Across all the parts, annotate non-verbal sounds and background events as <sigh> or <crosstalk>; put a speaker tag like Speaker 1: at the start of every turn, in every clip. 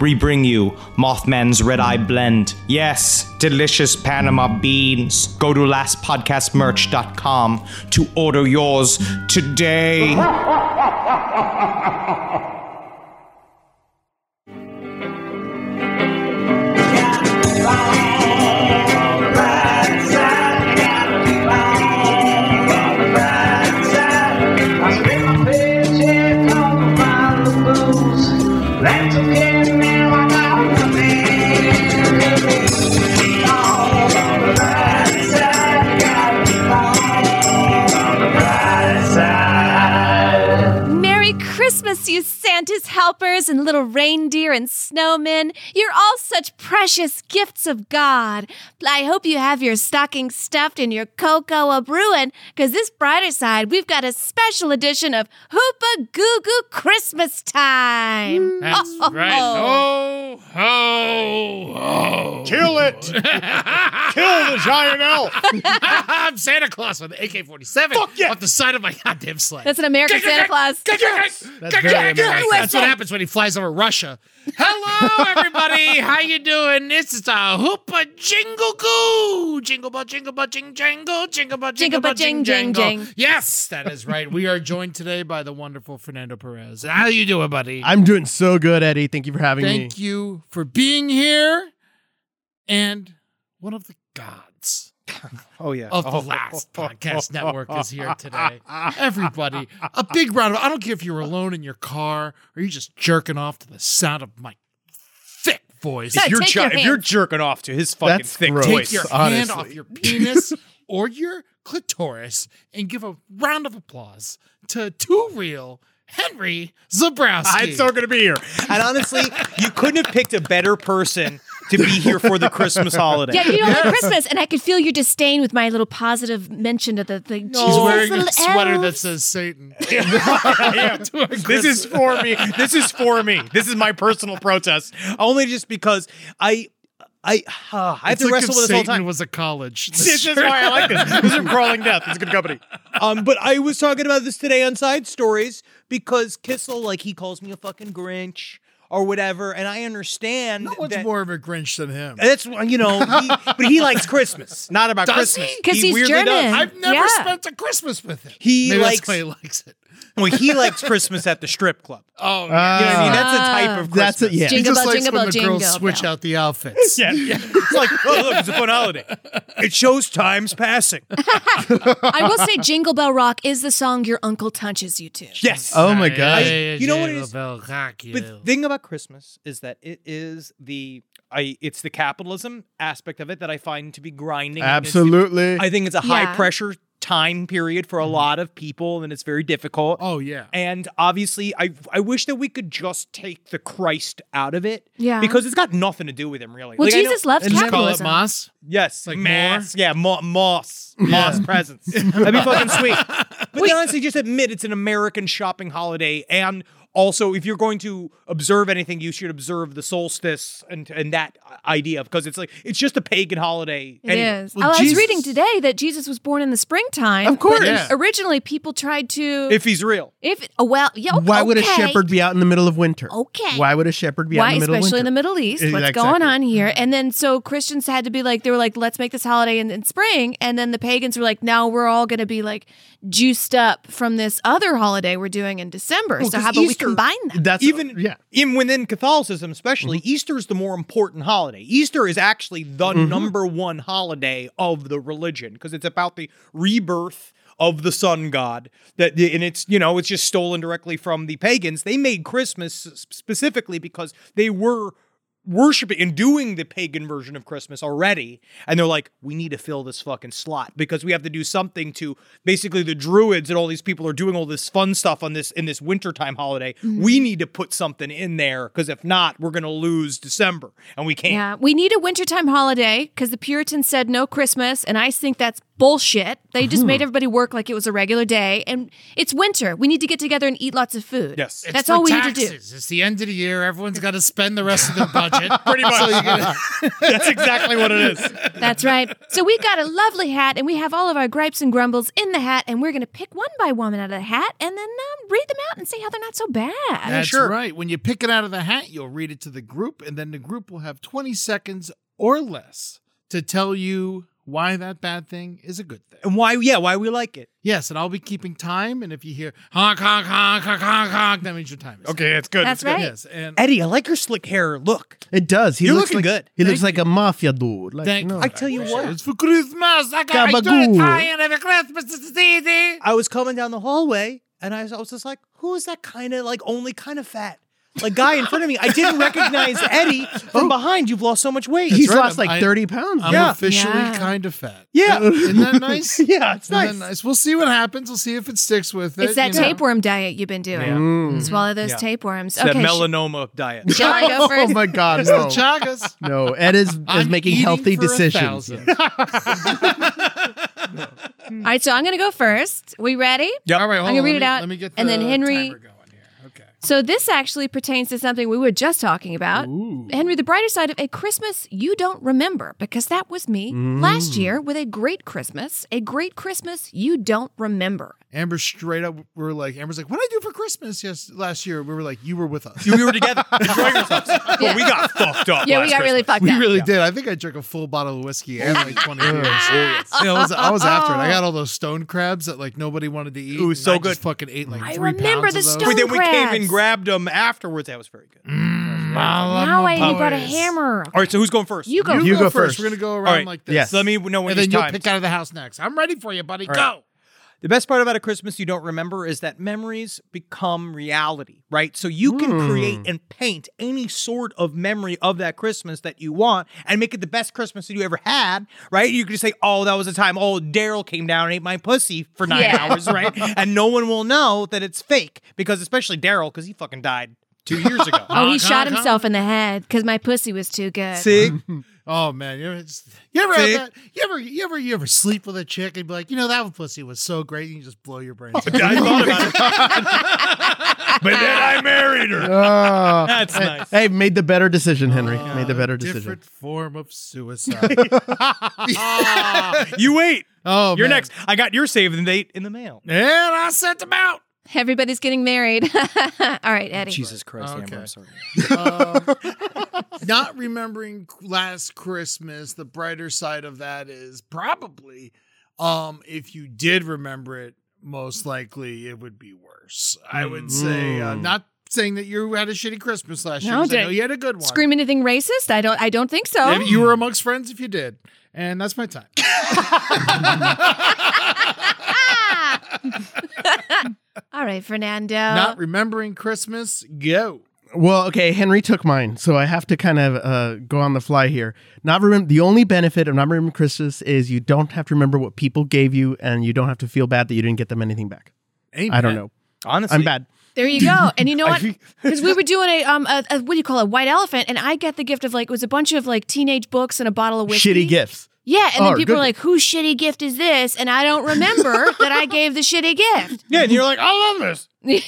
Speaker 1: we bring you Mothman's Red Eye Blend. Yes, delicious Panama beans. Go to lastpodcastmerch.com to order yours today.
Speaker 2: you Santa's helpers and little reindeer and snowmen. You're all such precious gifts of God. I hope you have your stocking stuffed and your cocoa a brewing, because this brighter side, we've got a special edition of Hoopa Goo Goo Christmas time.
Speaker 3: That's oh, right. Ho, ho, ho.
Speaker 4: Kill
Speaker 1: <laughs>
Speaker 4: it. Kill the giant elf.
Speaker 3: <laughs> I'm Santa Claus with AK 47
Speaker 4: Fuck yeah.
Speaker 3: off the side of my goddamn sleigh.
Speaker 2: That's an American Santa Claus.
Speaker 3: That's very American. That's what happens when he flies over Russia. Hello, everybody. How you doing? This is a hoopa jingle goo. Jingle bell, jingle bell, jing jangle, jingle bell, jingle bell, jing jing jing. Yes, that is right. We are joined today by the wonderful Fernando Perez. How you doing, buddy?
Speaker 5: I'm doing so good, Eddie. Thank you for having
Speaker 3: Thank
Speaker 5: me.
Speaker 3: Thank you for being here. And one of the gods.
Speaker 5: <laughs> Oh yeah.
Speaker 3: Of
Speaker 5: oh,
Speaker 3: the last oh, podcast oh, network is here
Speaker 5: <laughs>
Speaker 3: today. Everybody, a big round of I don't care if you're alone in your car or you're just jerking off to the sound of my thick voice.
Speaker 2: Yeah,
Speaker 1: if you're
Speaker 2: take your
Speaker 1: if you're
Speaker 2: hand.
Speaker 1: jerking off to his fucking
Speaker 5: That's
Speaker 1: thick
Speaker 5: gross.
Speaker 3: Take
Speaker 1: voice.
Speaker 3: your hand
Speaker 5: honestly.
Speaker 3: off your penis <laughs> or your clitoris and give a round of applause to two real Henry Zabrowski.
Speaker 1: I'm so gonna be here. And honestly, you couldn't have picked a better person to be here for the Christmas holiday.
Speaker 2: Yeah, you don't
Speaker 3: <laughs>
Speaker 2: like Christmas, and I could feel your disdain with my little positive mention of the thing.
Speaker 3: He's wearing a sweater that says <laughs> Satan.
Speaker 1: Yeah. this is for
Speaker 3: <laughs>
Speaker 1: me. This is for me. This is my personal protest. Only just because I, I, uh, I have
Speaker 3: It's
Speaker 1: to
Speaker 3: like if
Speaker 1: wrestle with this all
Speaker 3: Satan
Speaker 1: the time.
Speaker 3: was a <laughs> college.
Speaker 1: This is why I like this.
Speaker 3: <laughs>
Speaker 1: This is crawling death. It's a good company. <laughs> Um, but I was talking about this today on side stories because Kissel, like he calls me a fucking Grinch or whatever, and I understand.
Speaker 3: No one's
Speaker 1: that-
Speaker 3: more of a Grinch than him.
Speaker 1: That's uh, you know, he, but he likes Christmas, <laughs> not about
Speaker 3: Does
Speaker 1: Christmas.
Speaker 3: he?
Speaker 2: 'Cause he's
Speaker 1: weirdly
Speaker 2: German.
Speaker 1: does.
Speaker 3: I've never
Speaker 2: Yeah.
Speaker 3: spent a Christmas with him.
Speaker 1: He
Speaker 3: Maybe
Speaker 1: likes-
Speaker 3: that's why he likes it.
Speaker 1: Well, he likes Christmas at the strip club.
Speaker 3: Oh,
Speaker 1: You know what I mean? That's a type of Christmas.
Speaker 5: That's it. Yeah.
Speaker 2: Jing-
Speaker 3: he
Speaker 2: Jingle
Speaker 3: just
Speaker 2: bell,
Speaker 3: likes
Speaker 2: jingle
Speaker 3: when
Speaker 2: bell,
Speaker 3: the girls
Speaker 2: jingle
Speaker 3: switch
Speaker 2: bell.
Speaker 3: out
Speaker 2: <laughs>
Speaker 3: the outfits.
Speaker 1: Yeah. It's like, oh, look, it's a fun holiday. It shows time's <laughs> passing.
Speaker 2: I will say Jingle Bell Rock is the song your uncle touches you to.
Speaker 1: Yes.
Speaker 5: Oh my god.
Speaker 1: you know what it is?
Speaker 3: Jingle bell rock you.
Speaker 1: But the thing about Christmas is that it is the I it's the capitalism aspect of it that I find to be grinding. and it's-
Speaker 5: Absolutely.
Speaker 1: I think it's a high
Speaker 2: Yeah.
Speaker 1: pressure time period for a lot of people and it's very difficult.
Speaker 3: oh yeah.
Speaker 1: And obviously, I I wish that we could just take the Christ out of it.
Speaker 2: Yeah.
Speaker 1: Because it's got nothing to do with him, really.
Speaker 2: Well,
Speaker 1: Like, I know-
Speaker 2: Jesus loves
Speaker 3: And just call it
Speaker 2: capitalism.
Speaker 3: Moss.
Speaker 1: Yes,
Speaker 3: Like
Speaker 1: mass. Yeah, mo- moss, moss presents. That'd be fucking sweet. But they honestly, just admit it's an American shopping holiday, and Also, if you're going to observe anything, you should observe the solstice and and that idea because it's like it's just a pagan holiday.
Speaker 2: It is.
Speaker 1: anyway.
Speaker 2: Oh, I was reading today that Jesus was born in the springtime.
Speaker 1: Of course.
Speaker 2: but
Speaker 1: Yeah.
Speaker 2: Originally, people tried to.
Speaker 1: If he's real,
Speaker 2: If oh, well, yeah. o-
Speaker 5: Why would a
Speaker 2: okay.
Speaker 5: shepherd be out in the middle of winter?
Speaker 2: Okay.
Speaker 5: Why would a shepherd be
Speaker 2: Why,
Speaker 5: out in the middle
Speaker 2: especially in
Speaker 5: of
Speaker 2: the
Speaker 5: winter?
Speaker 2: Middle East?
Speaker 5: Is-
Speaker 2: What's
Speaker 5: exactly.
Speaker 2: going on here? And then so Christians had to be like, they were like, let's make this holiday in, in spring. And then the pagans were like, now we're all going to be like juiced up from this other holiday we're doing in December. so how
Speaker 1: 'cause
Speaker 2: about we
Speaker 1: Easter-
Speaker 2: combine them?
Speaker 5: That's
Speaker 1: even
Speaker 5: yeah.
Speaker 1: even within Catholicism, especially Easter is the more important holiday. Easter is actually the number one holiday of the religion because it's about the rebirth of the sun god that and it's you know it's just stolen directly from the pagans they made christmas s- specifically because they were worshiping and doing the pagan version of Christmas already. And they're like, we need to fill this fucking slot because we have to do something to basically the druids and all these people are doing all this fun stuff on this in this wintertime holiday. We need to put something in there because if not, we're gonna lose December and we can't.
Speaker 2: Yeah, we need a wintertime holiday because the Puritans said no Christmas, and I think that's bullshit. They just made everybody work like it was a regular day, and it's winter. We need to get together and eat lots of food.
Speaker 1: Yes. It's
Speaker 2: that's
Speaker 3: for
Speaker 2: all we
Speaker 3: taxes.
Speaker 2: need to do.
Speaker 3: It's the end of the year. Everyone's got to spend the rest of <laughs> their budget. Pretty much. So you gotta-
Speaker 1: That's exactly what it is.
Speaker 2: That's right. So we got a lovely hat, and we have all of our gripes and grumbles in the hat, and we're gonna pick one by one out of the hat, and then um, read them out and say how they're not so bad.
Speaker 3: That's
Speaker 1: sure.
Speaker 3: right. When you pick it out of the hat, you'll read it to the group, and then the group will have 20 seconds or less to tell you why that bad thing is a good thing.
Speaker 1: <laughs> And why yeah, why we like it.
Speaker 3: Yes, and I'll be keeping time. And if you hear honk, honk, honk, honk, honk, honk, that means your time is up.
Speaker 1: Okay, it's good.
Speaker 2: That's right.
Speaker 3: Yes, and
Speaker 1: Eddie, I like your slick hair look.
Speaker 5: It does. He
Speaker 1: You're
Speaker 5: looks
Speaker 1: looking
Speaker 5: like,
Speaker 1: good.
Speaker 5: He looks like a mafia dude. Like,
Speaker 3: Thank-
Speaker 5: you know.
Speaker 1: I tell you what.
Speaker 3: it's for Christmas. I got I do
Speaker 5: Gabagool.
Speaker 3: Italian every Christmas. It's easy.
Speaker 1: I was coming down the hallway and I was, I was just like, who is that kind of like only kind of fat? Like guy in front of me, I didn't <laughs> recognize Eddie from behind. You've lost so much weight.
Speaker 5: He's
Speaker 3: right,
Speaker 5: lost
Speaker 3: I'm-
Speaker 5: like
Speaker 3: I-
Speaker 5: 30 pounds.
Speaker 3: I'm
Speaker 1: Yeah.
Speaker 3: officially
Speaker 2: Yeah.
Speaker 3: kind of fat.
Speaker 1: Yeah.
Speaker 3: Isn't that nice?
Speaker 1: <laughs> yeah,
Speaker 3: Isn't that
Speaker 1: it's nice.
Speaker 3: nice. We'll see what happens. We'll see if it sticks with it.
Speaker 2: it's that
Speaker 3: you know.
Speaker 2: tapeworm diet you've been doing. Swallow those
Speaker 1: Yeah.
Speaker 2: tapeworms.
Speaker 1: That
Speaker 2: sh-
Speaker 1: melanoma <laughs> diet.
Speaker 2: shall
Speaker 5: <laughs>
Speaker 2: I go
Speaker 5: Oh
Speaker 2: first?
Speaker 5: my God,
Speaker 3: It's the
Speaker 5: no.
Speaker 1: <laughs>
Speaker 3: chagas.
Speaker 5: No, Ed <laughs> is, is
Speaker 3: I'm
Speaker 5: making
Speaker 3: eating
Speaker 5: healthy
Speaker 3: for a <laughs>
Speaker 5: decisions.
Speaker 3: thousand.
Speaker 2: All right, so I'm gonna go first. We ready?
Speaker 3: All right, hold
Speaker 2: I'm gonna read
Speaker 3: on, let
Speaker 2: it
Speaker 3: me-
Speaker 2: out,
Speaker 3: Let me get the
Speaker 2: and then Henry-
Speaker 3: timer going here. Okay.
Speaker 2: So this actually pertains to something we were just talking about. Henry, the brighter side of a Christmas you don't remember, because that was me last year with a great Christmas, a great Christmas you don't remember.
Speaker 3: Amber straight up, we are like, Amber's like, what did I do for Christmas yes, last year? We were like, you were with us.
Speaker 1: we were together enjoying ourselves. But we got fucked up.
Speaker 2: yeah, we got really fucked
Speaker 3: <laughs> we
Speaker 2: up.
Speaker 3: really did. I think I drank a full bottle of whiskey and like 20 beers. Yeah, I, was, I was after it. I got all those stone crabs that like nobody wanted to eat.
Speaker 1: Ooh, so
Speaker 3: and I just
Speaker 1: good.
Speaker 3: fucking ate like
Speaker 2: I
Speaker 3: three
Speaker 2: remember
Speaker 3: pounds of
Speaker 2: the
Speaker 3: those.
Speaker 2: stone-
Speaker 1: But then we came and
Speaker 2: Congrats.
Speaker 1: grabbed them afterwards. That was very good.
Speaker 3: Mm, I love
Speaker 2: Now
Speaker 3: my
Speaker 2: I you brought a
Speaker 3: boys.
Speaker 2: hammer.
Speaker 1: All right, so who's going first?
Speaker 2: You go.
Speaker 3: You,
Speaker 5: You
Speaker 3: go,
Speaker 5: go
Speaker 3: 1st
Speaker 5: first.
Speaker 3: We're going to go around
Speaker 1: All right.
Speaker 3: like this.
Speaker 5: Yes.
Speaker 1: Let me know when
Speaker 3: and then
Speaker 1: it's
Speaker 3: you'll
Speaker 1: time.
Speaker 3: pick out of the house next. I'm ready for you, buddy.
Speaker 1: All right.
Speaker 3: Go.
Speaker 1: The best part about a Christmas you don't remember is that memories become reality, right? So you can create and paint any sort of memory of that Christmas that you want and make it the best Christmas that you ever had, right? You can just say, oh, that was a time, oh, Daryl came down and ate my pussy for nine
Speaker 2: Yeah.
Speaker 1: hours, right? and no one will know that it's fake because, especially Daryl, because he fucking died two years ago.
Speaker 2: Oh, he
Speaker 3: Honk,
Speaker 2: shot
Speaker 3: honk,
Speaker 2: himself in the head because my pussy was too good.
Speaker 1: See?
Speaker 3: Oh man, you ever, you ever
Speaker 1: See?
Speaker 3: have that? You ever you ever you ever sleep with a chick and be like, you know, that pussy was so great, and you just blow your
Speaker 1: <laughs>
Speaker 3: brains. out.
Speaker 1: I thought about it.
Speaker 4: But then I married
Speaker 1: <laughs>
Speaker 4: her.
Speaker 5: <laughs> Oh.
Speaker 1: That's nice.
Speaker 5: Hey, made the better decision, Henry. made the better decision.
Speaker 3: Different form of
Speaker 5: <laughs>
Speaker 3: suicide. <laughs>
Speaker 1: You wait.
Speaker 3: oh,
Speaker 1: You're
Speaker 3: man.
Speaker 1: next. I got your save and date in the mail.
Speaker 3: and I sent them
Speaker 5: <laughs>
Speaker 3: out.
Speaker 2: Everybody's getting married. <laughs> All right, Eddie.
Speaker 1: Jesus Christ, Amber,
Speaker 3: Okay.
Speaker 1: I'm sorry.
Speaker 3: Uh, Not remembering last Christmas. The brighter side of that is probably, um, if you did remember it, most likely it would be worse. I would say, uh,
Speaker 5: Mm.
Speaker 3: not saying that you had a shitty Christmas last year.
Speaker 2: No,
Speaker 3: 'cause I
Speaker 2: did-
Speaker 3: know you had a good one.
Speaker 2: Scream anything racist? I don't. I don't think so.
Speaker 3: If
Speaker 1: Oh.
Speaker 3: you were amongst friends if you did. And that's my time.
Speaker 2: All right, Fernando.
Speaker 1: Uh,
Speaker 3: Not remembering Christmas, go.
Speaker 5: Well, okay, Henry took mine, so I have to kind of uh, go on the fly here. Not remember the only benefit of not remembering Christmas is you don't have to remember what people gave you, and you don't have to feel bad that you didn't get them anything back. I don't know.
Speaker 1: Honestly,
Speaker 5: I'm bad.
Speaker 2: There you go. And you
Speaker 5: <laughs>
Speaker 2: know what? Because we were doing a um a, a what do you call it? White elephant, and I get the gift of like it was a bunch of like teenage books and a bottle of whiskey.
Speaker 5: Shitty gifts.
Speaker 2: Yeah, and
Speaker 5: Oh,
Speaker 2: then people
Speaker 5: good.
Speaker 2: are like, whose shitty gift is this? And I don't
Speaker 5: <laughs>
Speaker 2: remember that I gave the shitty gift.
Speaker 1: Yeah, and you're like, I love this.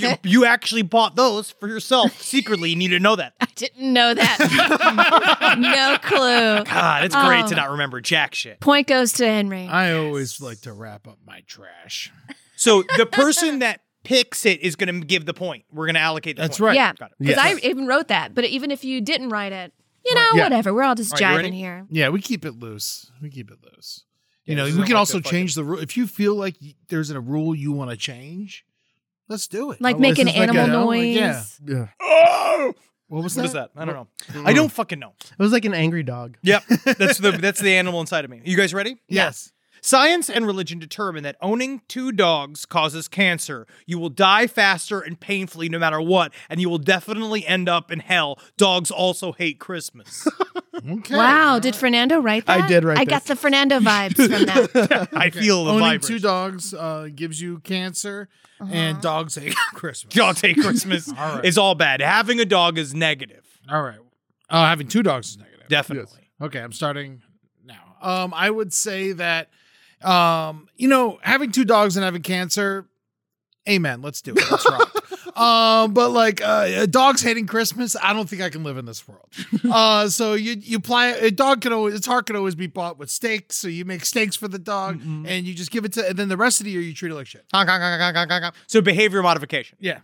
Speaker 2: <laughs>
Speaker 1: you, you actually bought those for yourself secretly, and you didn't know that.
Speaker 2: Didn't know
Speaker 5: <laughs>
Speaker 2: that. no clue.
Speaker 1: God, it's great to
Speaker 2: Oh.
Speaker 1: not remember jack shit.
Speaker 2: Point goes to Henry.
Speaker 3: I always like to wrap up my trash.
Speaker 1: So the person that picks it is going to give the point. We're going to allocate the
Speaker 3: That's
Speaker 1: point.
Speaker 3: right.
Speaker 2: Yeah, because
Speaker 3: Got
Speaker 5: Yes.
Speaker 2: I even wrote that. But even if you didn't write it, you know,
Speaker 5: Yeah.
Speaker 2: whatever. We're all just
Speaker 1: All right, you
Speaker 2: jiving
Speaker 1: ready?
Speaker 2: here.
Speaker 3: Yeah, we keep it loose. We keep it loose. You
Speaker 1: Yeah,
Speaker 3: know,
Speaker 1: this
Speaker 3: we
Speaker 1: isn't
Speaker 3: can
Speaker 1: like
Speaker 3: also
Speaker 1: a fucking-
Speaker 3: change the rule. If you feel like y- there's a rule you want to change, let's do it.
Speaker 2: Like
Speaker 5: Oh,
Speaker 2: make
Speaker 5: this
Speaker 2: an
Speaker 5: is like
Speaker 2: animal
Speaker 5: a-
Speaker 3: oh, like,
Speaker 2: noise.
Speaker 3: yeah.
Speaker 5: Yeah.
Speaker 1: Oh!
Speaker 3: What was
Speaker 1: What
Speaker 3: that?
Speaker 1: is that? I don't know. I
Speaker 3: Hmm.
Speaker 1: don't fucking know.
Speaker 5: It was like an angry dog.
Speaker 1: Yep. That's the that's the animal inside of me. You guys ready?
Speaker 3: Yes.
Speaker 1: Science and religion determine that owning two dogs causes cancer. You will die faster and painfully no matter what, and you will definitely end up in hell. Dogs also
Speaker 3: <laughs>
Speaker 1: hate Christmas.
Speaker 3: Okay.
Speaker 2: Wow, did Fernando write that?
Speaker 5: I did write
Speaker 2: I
Speaker 5: that.
Speaker 2: got the Fernando vibes from
Speaker 5: <laughs>
Speaker 2: that.
Speaker 1: I feel the
Speaker 3: Owning two
Speaker 1: vibration.
Speaker 3: dogs uh, gives you cancer,
Speaker 1: Uh-huh.
Speaker 3: and dogs hate <laughs>
Speaker 1: <laughs>
Speaker 3: Christmas.
Speaker 1: Dogs hate
Speaker 3: <laughs>
Speaker 1: Christmas.
Speaker 3: All right.
Speaker 1: It's all bad. Having a dog is negative.
Speaker 3: All right. Oh, having two dogs is negative.
Speaker 1: Definitely.
Speaker 3: Okay, I'm starting now. Um, I would say that, um, you know, having two dogs and having cancer, amen. Let's do it. That's
Speaker 1: <laughs>
Speaker 3: right. um, but like uh, dogs hating Christmas, I don't think I can live in this
Speaker 1: <laughs>
Speaker 3: world. Uh, so you you apply a dog can always its heart can always be bought with steaks. So you make steaks for the dog, and you just give it to, and then the rest of the year you treat it like shit.
Speaker 1: Honk, honk, honk, honk, honk, honk, honk. So behavior modification.
Speaker 3: Yeah,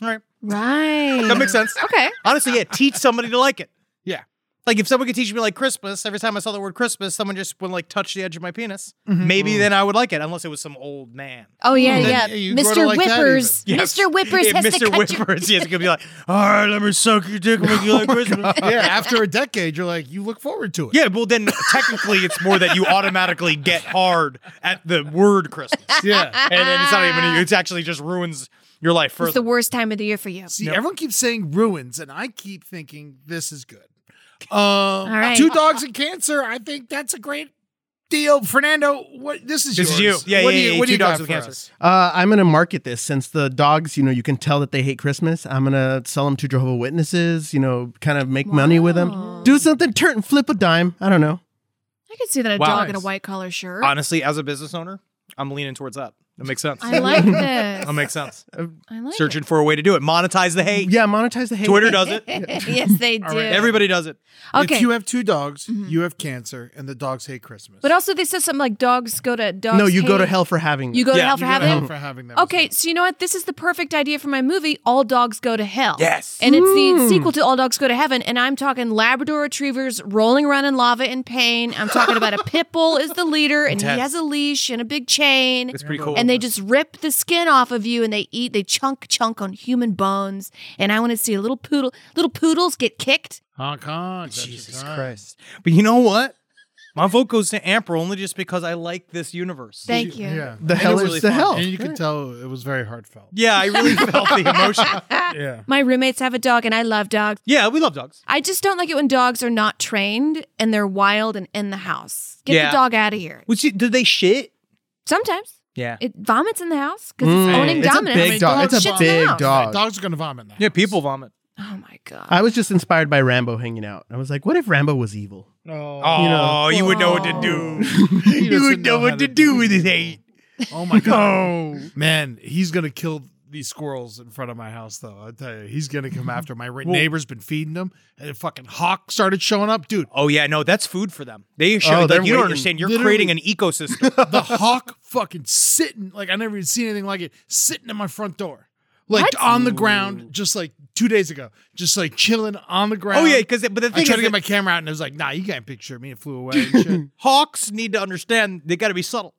Speaker 2: right.
Speaker 1: That makes sense.
Speaker 2: Okay.
Speaker 1: Honestly, yeah, teach somebody to like it.
Speaker 3: Yeah.
Speaker 1: Like if someone could teach me like Christmas, every time I saw the word Christmas, someone just would like touch the edge of my penis.
Speaker 3: Mm-hmm.
Speaker 1: Maybe then I would like it, unless it was some old man.
Speaker 2: Oh yeah,
Speaker 3: Then
Speaker 2: yeah.
Speaker 3: you grow to
Speaker 2: Mr.
Speaker 3: like that
Speaker 2: Whippers.
Speaker 1: Yes. <laughs>
Speaker 2: Mr. Whippers
Speaker 1: If
Speaker 2: has
Speaker 1: Mr.
Speaker 2: to cut your- <laughs>
Speaker 1: Whippers, yes, could be like, all right, let me suck your dick and make you
Speaker 3: <laughs>
Speaker 1: like
Speaker 3: Oh,
Speaker 1: Christmas.
Speaker 3: yeah. After a decade, you're like you look forward to it.
Speaker 1: Yeah, well then technically it's more that you automatically get hard at the
Speaker 3: <laughs>
Speaker 1: word Christmas.
Speaker 3: yeah.
Speaker 1: And then it's not even it's actually just ruins your life further.
Speaker 2: It's the worst time of the year for you.
Speaker 3: See, everyone keeps saying ruins, and I keep thinking this is good. Um,
Speaker 2: right.
Speaker 3: Two dogs and cancer. I think that's a great deal, Fernando. What this is?
Speaker 1: This is
Speaker 3: yours.
Speaker 1: you. Yeah,
Speaker 3: what
Speaker 1: yeah,
Speaker 3: do you,
Speaker 1: yeah,
Speaker 3: What do
Speaker 1: two
Speaker 3: you
Speaker 1: dogs
Speaker 3: got
Speaker 1: with
Speaker 3: for
Speaker 1: cancer.
Speaker 3: us?
Speaker 5: Uh, I'm gonna market this since the dogs, you know, you can tell that they hate Christmas. I'm gonna sell them to Jehovah Witnesses. You know, kind of make money with them. Do something, turn flip a dime. I don't know.
Speaker 2: I could see that a
Speaker 1: Wow.
Speaker 2: dog in a
Speaker 1: Nice.
Speaker 2: white collar shirt.
Speaker 1: Honestly, as a business owner, I'm leaning towards that. That makes sense.
Speaker 2: I
Speaker 1: <laughs>
Speaker 2: like this.
Speaker 1: that
Speaker 2: <laughs>
Speaker 1: makes sense.
Speaker 2: I like
Speaker 1: Searching for a way to do it. Monetize the hate. <laughs>
Speaker 5: Yeah, monetize the hate.
Speaker 1: Twitter does it.
Speaker 2: it. <laughs> yes, they do.
Speaker 1: Everybody does it.
Speaker 2: okay. Mm-hmm.
Speaker 3: If you have two dogs, you have cancer, and the dogs hate Christmas.
Speaker 2: but also they said something like dogs go to dogs.
Speaker 5: No, you go to
Speaker 2: hate-
Speaker 5: hell for having. Them.
Speaker 2: You go to
Speaker 1: Yeah,
Speaker 2: hell for
Speaker 3: You gotta
Speaker 2: having.
Speaker 3: help for having them. as
Speaker 2: Okay, so you know what? This is the perfect idea for my movie, All Dogs Go to Hell.
Speaker 1: Yes.
Speaker 2: And it's the sequel to All Dogs Go to Heaven. And I'm talking Labrador retrievers rolling around in lava in pain. I'm talking about a
Speaker 1: <laughs>
Speaker 2: pit bull is the leader, and he
Speaker 1: Intense.
Speaker 2: has a leash and a big chain.
Speaker 1: It's pretty cool.
Speaker 2: and they just rip the skin off of you and they eat they chunk chunk on human bones and i want to see a little poodle little poodles get kicked
Speaker 3: well. Hong Kong.
Speaker 1: Jesus Christ. But you know what? My vote goes to Amper only just because I like this universe.
Speaker 2: thank you
Speaker 3: Yeah.
Speaker 5: the hell
Speaker 1: it's
Speaker 5: is
Speaker 1: really
Speaker 5: the
Speaker 1: fun.
Speaker 5: hell.
Speaker 3: And you can tell it was very heartfelt.
Speaker 1: yeah,
Speaker 2: <laughs>
Speaker 1: I really felt the emotion.
Speaker 3: Yeah.
Speaker 2: my roommates have a dog and i love dogs
Speaker 1: Yeah, we love dogs.
Speaker 2: i just don't like it when dogs are not trained and they're wild and in the house get
Speaker 1: Yeah.
Speaker 2: the dog out of here
Speaker 1: Which did they shit?
Speaker 2: sometimes
Speaker 1: Yeah.
Speaker 2: it vomits in the house because it's
Speaker 5: Mm.
Speaker 2: owning
Speaker 5: It's a
Speaker 2: dominance
Speaker 5: big dog.
Speaker 2: It
Speaker 5: It's a
Speaker 2: shits in the
Speaker 5: big
Speaker 2: house.
Speaker 5: dog.
Speaker 3: Dogs are gonna vomit now.
Speaker 1: Yeah, people vomit.
Speaker 2: oh my god
Speaker 5: I was just inspired by Rambo hanging out. I was like, what if Rambo was evil?
Speaker 1: Oh, you,
Speaker 5: know.
Speaker 1: would know what to
Speaker 2: Oh.
Speaker 1: do.
Speaker 3: He
Speaker 1: <laughs> you
Speaker 3: doesn't
Speaker 1: would know
Speaker 3: how
Speaker 1: what to do with his hate.
Speaker 3: Oh my god. Man, he's gonna kill these squirrels in front of my house though. I tell you, he's gonna come after 'em. my
Speaker 1: <laughs>
Speaker 3: re- neighbor's been feeding them and a fucking hawk started showing up. Dude,
Speaker 1: Oh yeah, no, that's food for them. They show like,
Speaker 5: they're
Speaker 1: you don't
Speaker 5: waiting.
Speaker 1: understand. You're
Speaker 3: Literally.
Speaker 1: creating an
Speaker 3: <laughs>
Speaker 1: ecosystem. <laughs>
Speaker 3: the hawk fucking sitting like I never even seen anything like it, sitting at my front door. Like
Speaker 2: What?
Speaker 3: on the ground, just like two days ago. Just like chilling on the ground.
Speaker 1: oh yeah, because but the
Speaker 3: I
Speaker 1: thing
Speaker 3: tried to
Speaker 1: is,
Speaker 3: get
Speaker 1: that
Speaker 3: my camera out and it was like, nah, you can't picture me. It flew away and
Speaker 1: <clears throat>
Speaker 3: shit.
Speaker 1: hawks need to understand they got to be subtle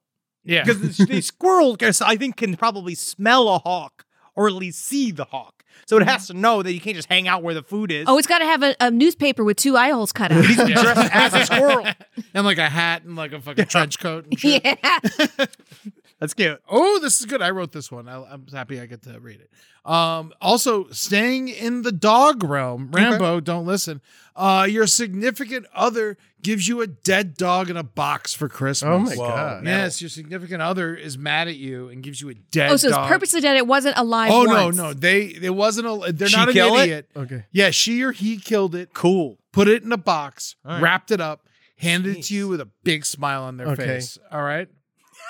Speaker 3: Yeah.
Speaker 1: <laughs> because the squirrel, guess, I think, can probably smell a hawk or at least see the hawk. So it has to know that you can't just hang out where the food is.
Speaker 2: oh it's got to have a, a newspaper with two eye holes
Speaker 5: <laughs>
Speaker 2: cut out <laughs>
Speaker 1: He's dressed as a squirrel.
Speaker 3: <laughs> and like a hat and like a fucking trench coat and shit.
Speaker 2: yeah
Speaker 1: That's cute.
Speaker 3: Oh, this is good. I wrote this one. I, I'm happy I get to read it. Um, also, staying in the dog realm, Rambo, don't listen. Uh, your significant other gives you a dead dog in a box for Christmas.
Speaker 5: Oh my Whoa, God. metal.
Speaker 3: Yes, your significant other is mad at you and gives you a dead.
Speaker 2: oh so it's
Speaker 3: dog.
Speaker 2: purposely dead it wasn't alive
Speaker 3: Oh
Speaker 2: once.
Speaker 3: no, no, they it wasn't a. They're
Speaker 1: She
Speaker 3: not an
Speaker 1: kill it?
Speaker 3: idiot.
Speaker 5: Okay.
Speaker 3: Yeah, she or he killed it.
Speaker 1: Cool.
Speaker 3: Put it in a box, wrapped it up, handed it to you with a big smile on their face. All right.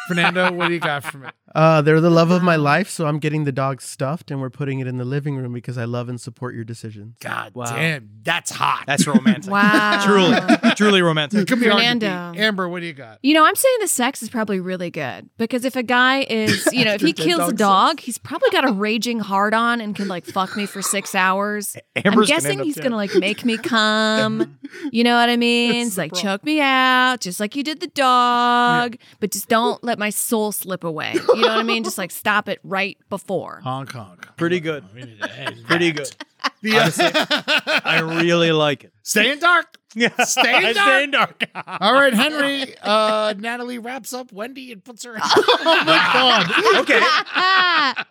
Speaker 3: Fernando, what do you got from it?
Speaker 5: Uh, they're the love of my life, so I'm getting the dog stuffed and we're putting it in the living room because I love and support your decisions.
Speaker 3: <laughs> God damn, that's hot. <laughs>
Speaker 1: That's romantic.
Speaker 2: Wow.
Speaker 1: Truly, truly romantic.
Speaker 3: Come here,
Speaker 2: Fernando.
Speaker 3: Amber, what do you got?
Speaker 2: You know, I'm saying the sex is probably really good because if a guy is, you know, if he kills a dog, he's probably got a raging hard on and can like fuck me for six hours.
Speaker 1: Amber's
Speaker 2: I'm
Speaker 1: gonna end
Speaker 2: guessing
Speaker 1: up
Speaker 2: he's
Speaker 1: dead.
Speaker 2: going to like make me come. you know what I mean? It's like choke me out, just like you did the dog, but just don't let my soul slip away. You know what I mean? Just like stop it right before.
Speaker 3: Hong Kong.
Speaker 1: Pretty good.
Speaker 3: We need to <laughs> end that.
Speaker 1: Pretty good. Honestly,
Speaker 3: <laughs>
Speaker 1: I really like it.
Speaker 3: Staying dark. <laughs> Staying dark.
Speaker 1: Staying dark.
Speaker 3: All right, Henry. Uh, Natalie wraps up Wendy and
Speaker 2: <laughs>
Speaker 3: puts her. <laughs>
Speaker 1: okay.
Speaker 2: Ah,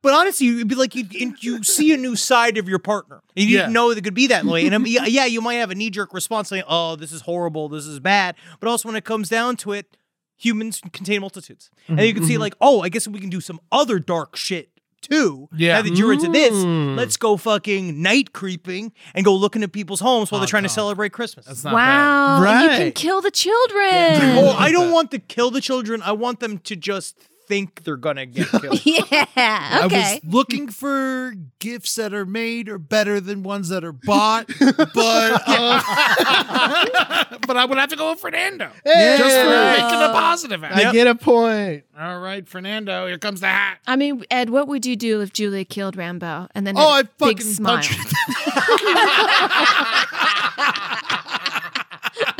Speaker 1: But honestly, it'd be like you
Speaker 3: <laughs>
Speaker 1: you see a new side of your partner. You
Speaker 3: Yeah.
Speaker 1: didn't know that it could be that
Speaker 3: <laughs>
Speaker 1: way. And um, yeah, yeah, you might have a knee jerk response saying, "Oh, this is horrible. This is bad." But also, when it comes down to it, humans contain multitudes, and
Speaker 3: Mm-hmm,
Speaker 1: you can see like, "Oh, I guess we can do some other dark shit." Too.
Speaker 3: Yeah.
Speaker 1: Now that you're into this,
Speaker 5: Mm.
Speaker 1: let's go fucking night creeping and go looking at people's homes
Speaker 3: Oh,
Speaker 1: while they're trying to celebrate Christmas. <laughs>
Speaker 2: <laughs>
Speaker 3: not
Speaker 2: wow. And you can
Speaker 5: Right.
Speaker 2: kill the children. <laughs>
Speaker 1: Oh, I don't want to kill the children. I want them to just think they're
Speaker 3: <laughs>
Speaker 1: gonna get
Speaker 2: <laughs>
Speaker 1: killed.
Speaker 2: Yeah.
Speaker 3: I
Speaker 2: Okay.
Speaker 3: was looking for gifts that are made or better than ones that are bought, but uh, but I would have to go with Fernando
Speaker 5: uh,
Speaker 3: just for
Speaker 5: Yeah.
Speaker 3: making a positive out.
Speaker 5: I get a point.
Speaker 3: All right, Fernando, here comes the hat.
Speaker 2: I mean, Ed, what would you do if Julia killed Rambo and then?
Speaker 3: Oh,
Speaker 2: had a
Speaker 3: I
Speaker 2: big
Speaker 3: fucking
Speaker 2: smile.
Speaker 3: punch her.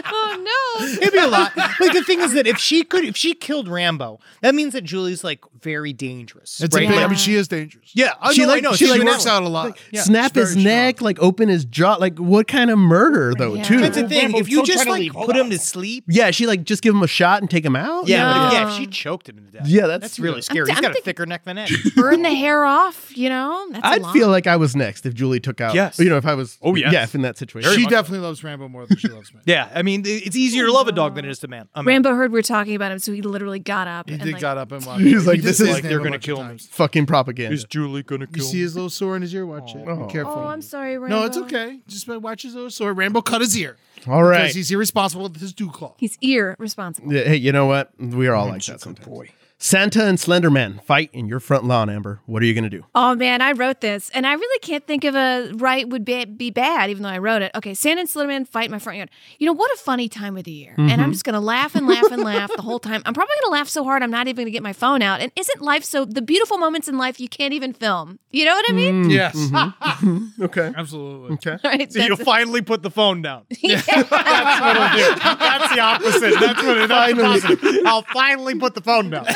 Speaker 2: <laughs> oh no!
Speaker 1: It'd be a lot. Like the thing is that if she could, if she killed Rambo, that means that Julie's like very dangerous.
Speaker 3: It's
Speaker 1: right?
Speaker 3: a big, I
Speaker 1: Like,
Speaker 3: mean, she is dangerous.
Speaker 1: yeah, I
Speaker 5: she
Speaker 1: know, I
Speaker 5: like
Speaker 1: know.
Speaker 5: she,
Speaker 1: She's
Speaker 5: like
Speaker 1: an
Speaker 3: works
Speaker 1: animal.
Speaker 3: out a lot.
Speaker 1: yeah,
Speaker 5: Snap
Speaker 3: she's
Speaker 5: his
Speaker 3: very
Speaker 5: neck, like open his jaw. Like what kind of murder
Speaker 3: Oh,
Speaker 5: though,
Speaker 2: Oh, Yeah.
Speaker 5: too?
Speaker 3: <laughs>
Speaker 1: That's the thing.
Speaker 4: Rambo's
Speaker 1: If you
Speaker 4: still
Speaker 1: just
Speaker 4: trying to
Speaker 1: like
Speaker 4: leave.
Speaker 1: put him to sleep,
Speaker 5: Yeah, she like just give him a shot and take him out.
Speaker 1: yeah, but if-
Speaker 2: Yeah.
Speaker 1: yeah. If she choked him to death,
Speaker 5: Yeah, that's-
Speaker 1: really scary.
Speaker 2: I'm
Speaker 1: He's got a
Speaker 2: thinking-
Speaker 1: thicker neck than Ed.
Speaker 2: Burn the hair off. You know, that's a
Speaker 5: I'd
Speaker 2: lot.
Speaker 5: feel like I was next if Julie took out.
Speaker 1: Yes.
Speaker 5: you know if I was.
Speaker 1: Oh, yes.
Speaker 5: yeah, if in that situation.
Speaker 3: She definitely loves Rambo more than she <laughs> loves me.
Speaker 1: <laughs> yeah, I mean, it- it's easier to love a dog than it is to man. I mean,
Speaker 2: Rambo heard we are talking about him, so he literally got up.
Speaker 3: He
Speaker 2: and
Speaker 3: did
Speaker 2: like,
Speaker 3: got <laughs> up and walked.
Speaker 5: He's
Speaker 3: He
Speaker 5: like,
Speaker 3: did
Speaker 5: this
Speaker 3: say
Speaker 5: is-
Speaker 3: his name
Speaker 1: they're
Speaker 3: a
Speaker 1: gonna
Speaker 3: bunch of
Speaker 1: kill me.
Speaker 3: times.
Speaker 5: fucking propaganda.
Speaker 1: Is Julie gonna
Speaker 3: You
Speaker 1: kill
Speaker 3: see
Speaker 1: me?
Speaker 3: his little sore in his ear. Watch it. Be
Speaker 5: Oh.
Speaker 3: careful.
Speaker 2: Oh, I'm sorry, Rambo.
Speaker 3: no, it's okay. Just watch his little sore. Rambo cut his ear
Speaker 5: All
Speaker 3: because
Speaker 5: right.
Speaker 3: he's irresponsible with his dew claw.
Speaker 2: He's irresponsible.
Speaker 5: Yeah, Hey, you know what? We are all like that sometimes. Santa and Slender Man fight in your front lawn, Amber. What are you gonna do?
Speaker 2: Oh man, I wrote this, and I really can't think of a right would be, be bad, even though I wrote it. Okay, Santa and Slenderman fight in my front yard. You know what a funny time of the year, and
Speaker 1: Mm-hmm.
Speaker 2: I'm just gonna laugh and laugh and laugh the whole time. I'm probably gonna laugh so hard I'm not even gonna get my phone out. And isn't life so? The beautiful moments in life you can't even film. You know what I mean?
Speaker 3: Yes,
Speaker 5: Okay.
Speaker 3: absolutely.
Speaker 5: Okay.
Speaker 2: All <laughs> right,
Speaker 1: Mm. So
Speaker 2: <laughs>
Speaker 1: you'll
Speaker 2: that's-
Speaker 1: finally put the phone down.
Speaker 2: <laughs>
Speaker 1: <laughs>
Speaker 2: Yeah.
Speaker 1: That's what it'll do. That's the opposite. That's what it'll I'll finally put the phone down.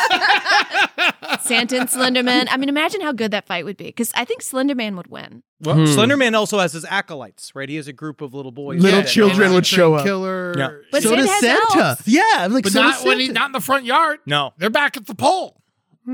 Speaker 2: Santa and Slenderman. I mean, imagine how good that fight would be because I think Slenderman would win.
Speaker 1: Well, Slenderman also has his acolytes, right? He has a group of little boys.
Speaker 5: Little
Speaker 1: that-
Speaker 5: children would show up.
Speaker 3: Killer.
Speaker 1: Yeah.
Speaker 2: But
Speaker 5: so
Speaker 2: Sid
Speaker 5: does
Speaker 2: has
Speaker 5: Santa.
Speaker 2: elves.
Speaker 5: Yeah, like
Speaker 3: But
Speaker 5: so does
Speaker 3: not when
Speaker 5: Santa.
Speaker 3: he's not in the front yard.
Speaker 1: No.
Speaker 3: They're back at the pole.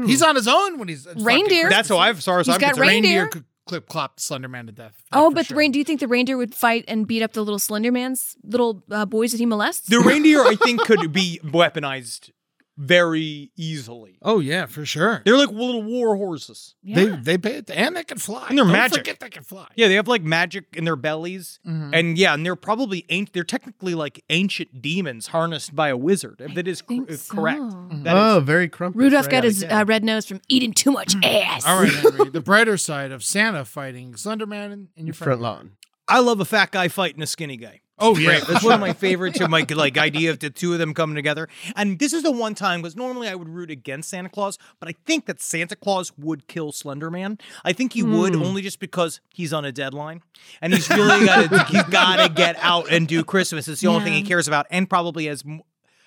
Speaker 3: He's on his own when he's
Speaker 2: Hmm. Reindeer.
Speaker 1: That's how I've sorry.
Speaker 2: He's
Speaker 1: I'm
Speaker 2: got
Speaker 1: concerned.
Speaker 2: reindeer.
Speaker 3: could clip clop Slenderman to death.
Speaker 2: Oh,
Speaker 3: for
Speaker 2: but the
Speaker 3: sure.
Speaker 2: rein, do you think the reindeer would fight and beat up the little Slenderman's little uh, boys that he molests?
Speaker 1: The reindeer, I think, could be weaponized very easily.
Speaker 3: Oh yeah, for sure.
Speaker 1: They're like little war horses.
Speaker 2: Yeah.
Speaker 3: They they pay it and they can fly.
Speaker 1: And they're
Speaker 3: Don't
Speaker 1: magic.
Speaker 3: Forget they can fly.
Speaker 1: Yeah, they have like magic in their bellies,
Speaker 2: Mm-hmm.
Speaker 1: and yeah, and they're probably ancient. They're technically like ancient demons harnessed by a wizard. If that is cor-
Speaker 2: think
Speaker 1: uh, correct.
Speaker 2: so.
Speaker 1: That is-
Speaker 5: oh, very crumpy.
Speaker 2: Rudolph got his uh, red nose from eating too much
Speaker 1: Mm.
Speaker 2: ass.
Speaker 3: All right, Henry. the brighter side of Santa fighting Slenderman in, in your
Speaker 5: front
Speaker 3: front.
Speaker 5: lawn.
Speaker 1: I love a fat guy fighting a skinny guy.
Speaker 3: Oh yeah,
Speaker 1: Right. That's one
Speaker 3: <laughs>
Speaker 1: of my favorites of my like idea of the two of them coming together. And this is the one time because normally I would root against Santa Claus, but I think that Santa Claus would kill Slender Man. I think he would
Speaker 3: Hmm.
Speaker 1: only just because he's on a deadline and he's
Speaker 3: <laughs>
Speaker 1: really got he's got to get out and do Christmas. It's the only thing he
Speaker 2: Yeah.
Speaker 1: cares about, and probably has m-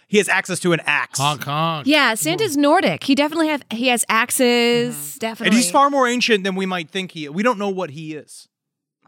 Speaker 1: he has access to an axe.
Speaker 3: Hong Kong.
Speaker 2: <laughs> Yeah, Santa's Nordic. He definitely have he has axes. Definitely.
Speaker 1: Mm-hmm. And he's far more ancient than we might think he. We don't know what he is.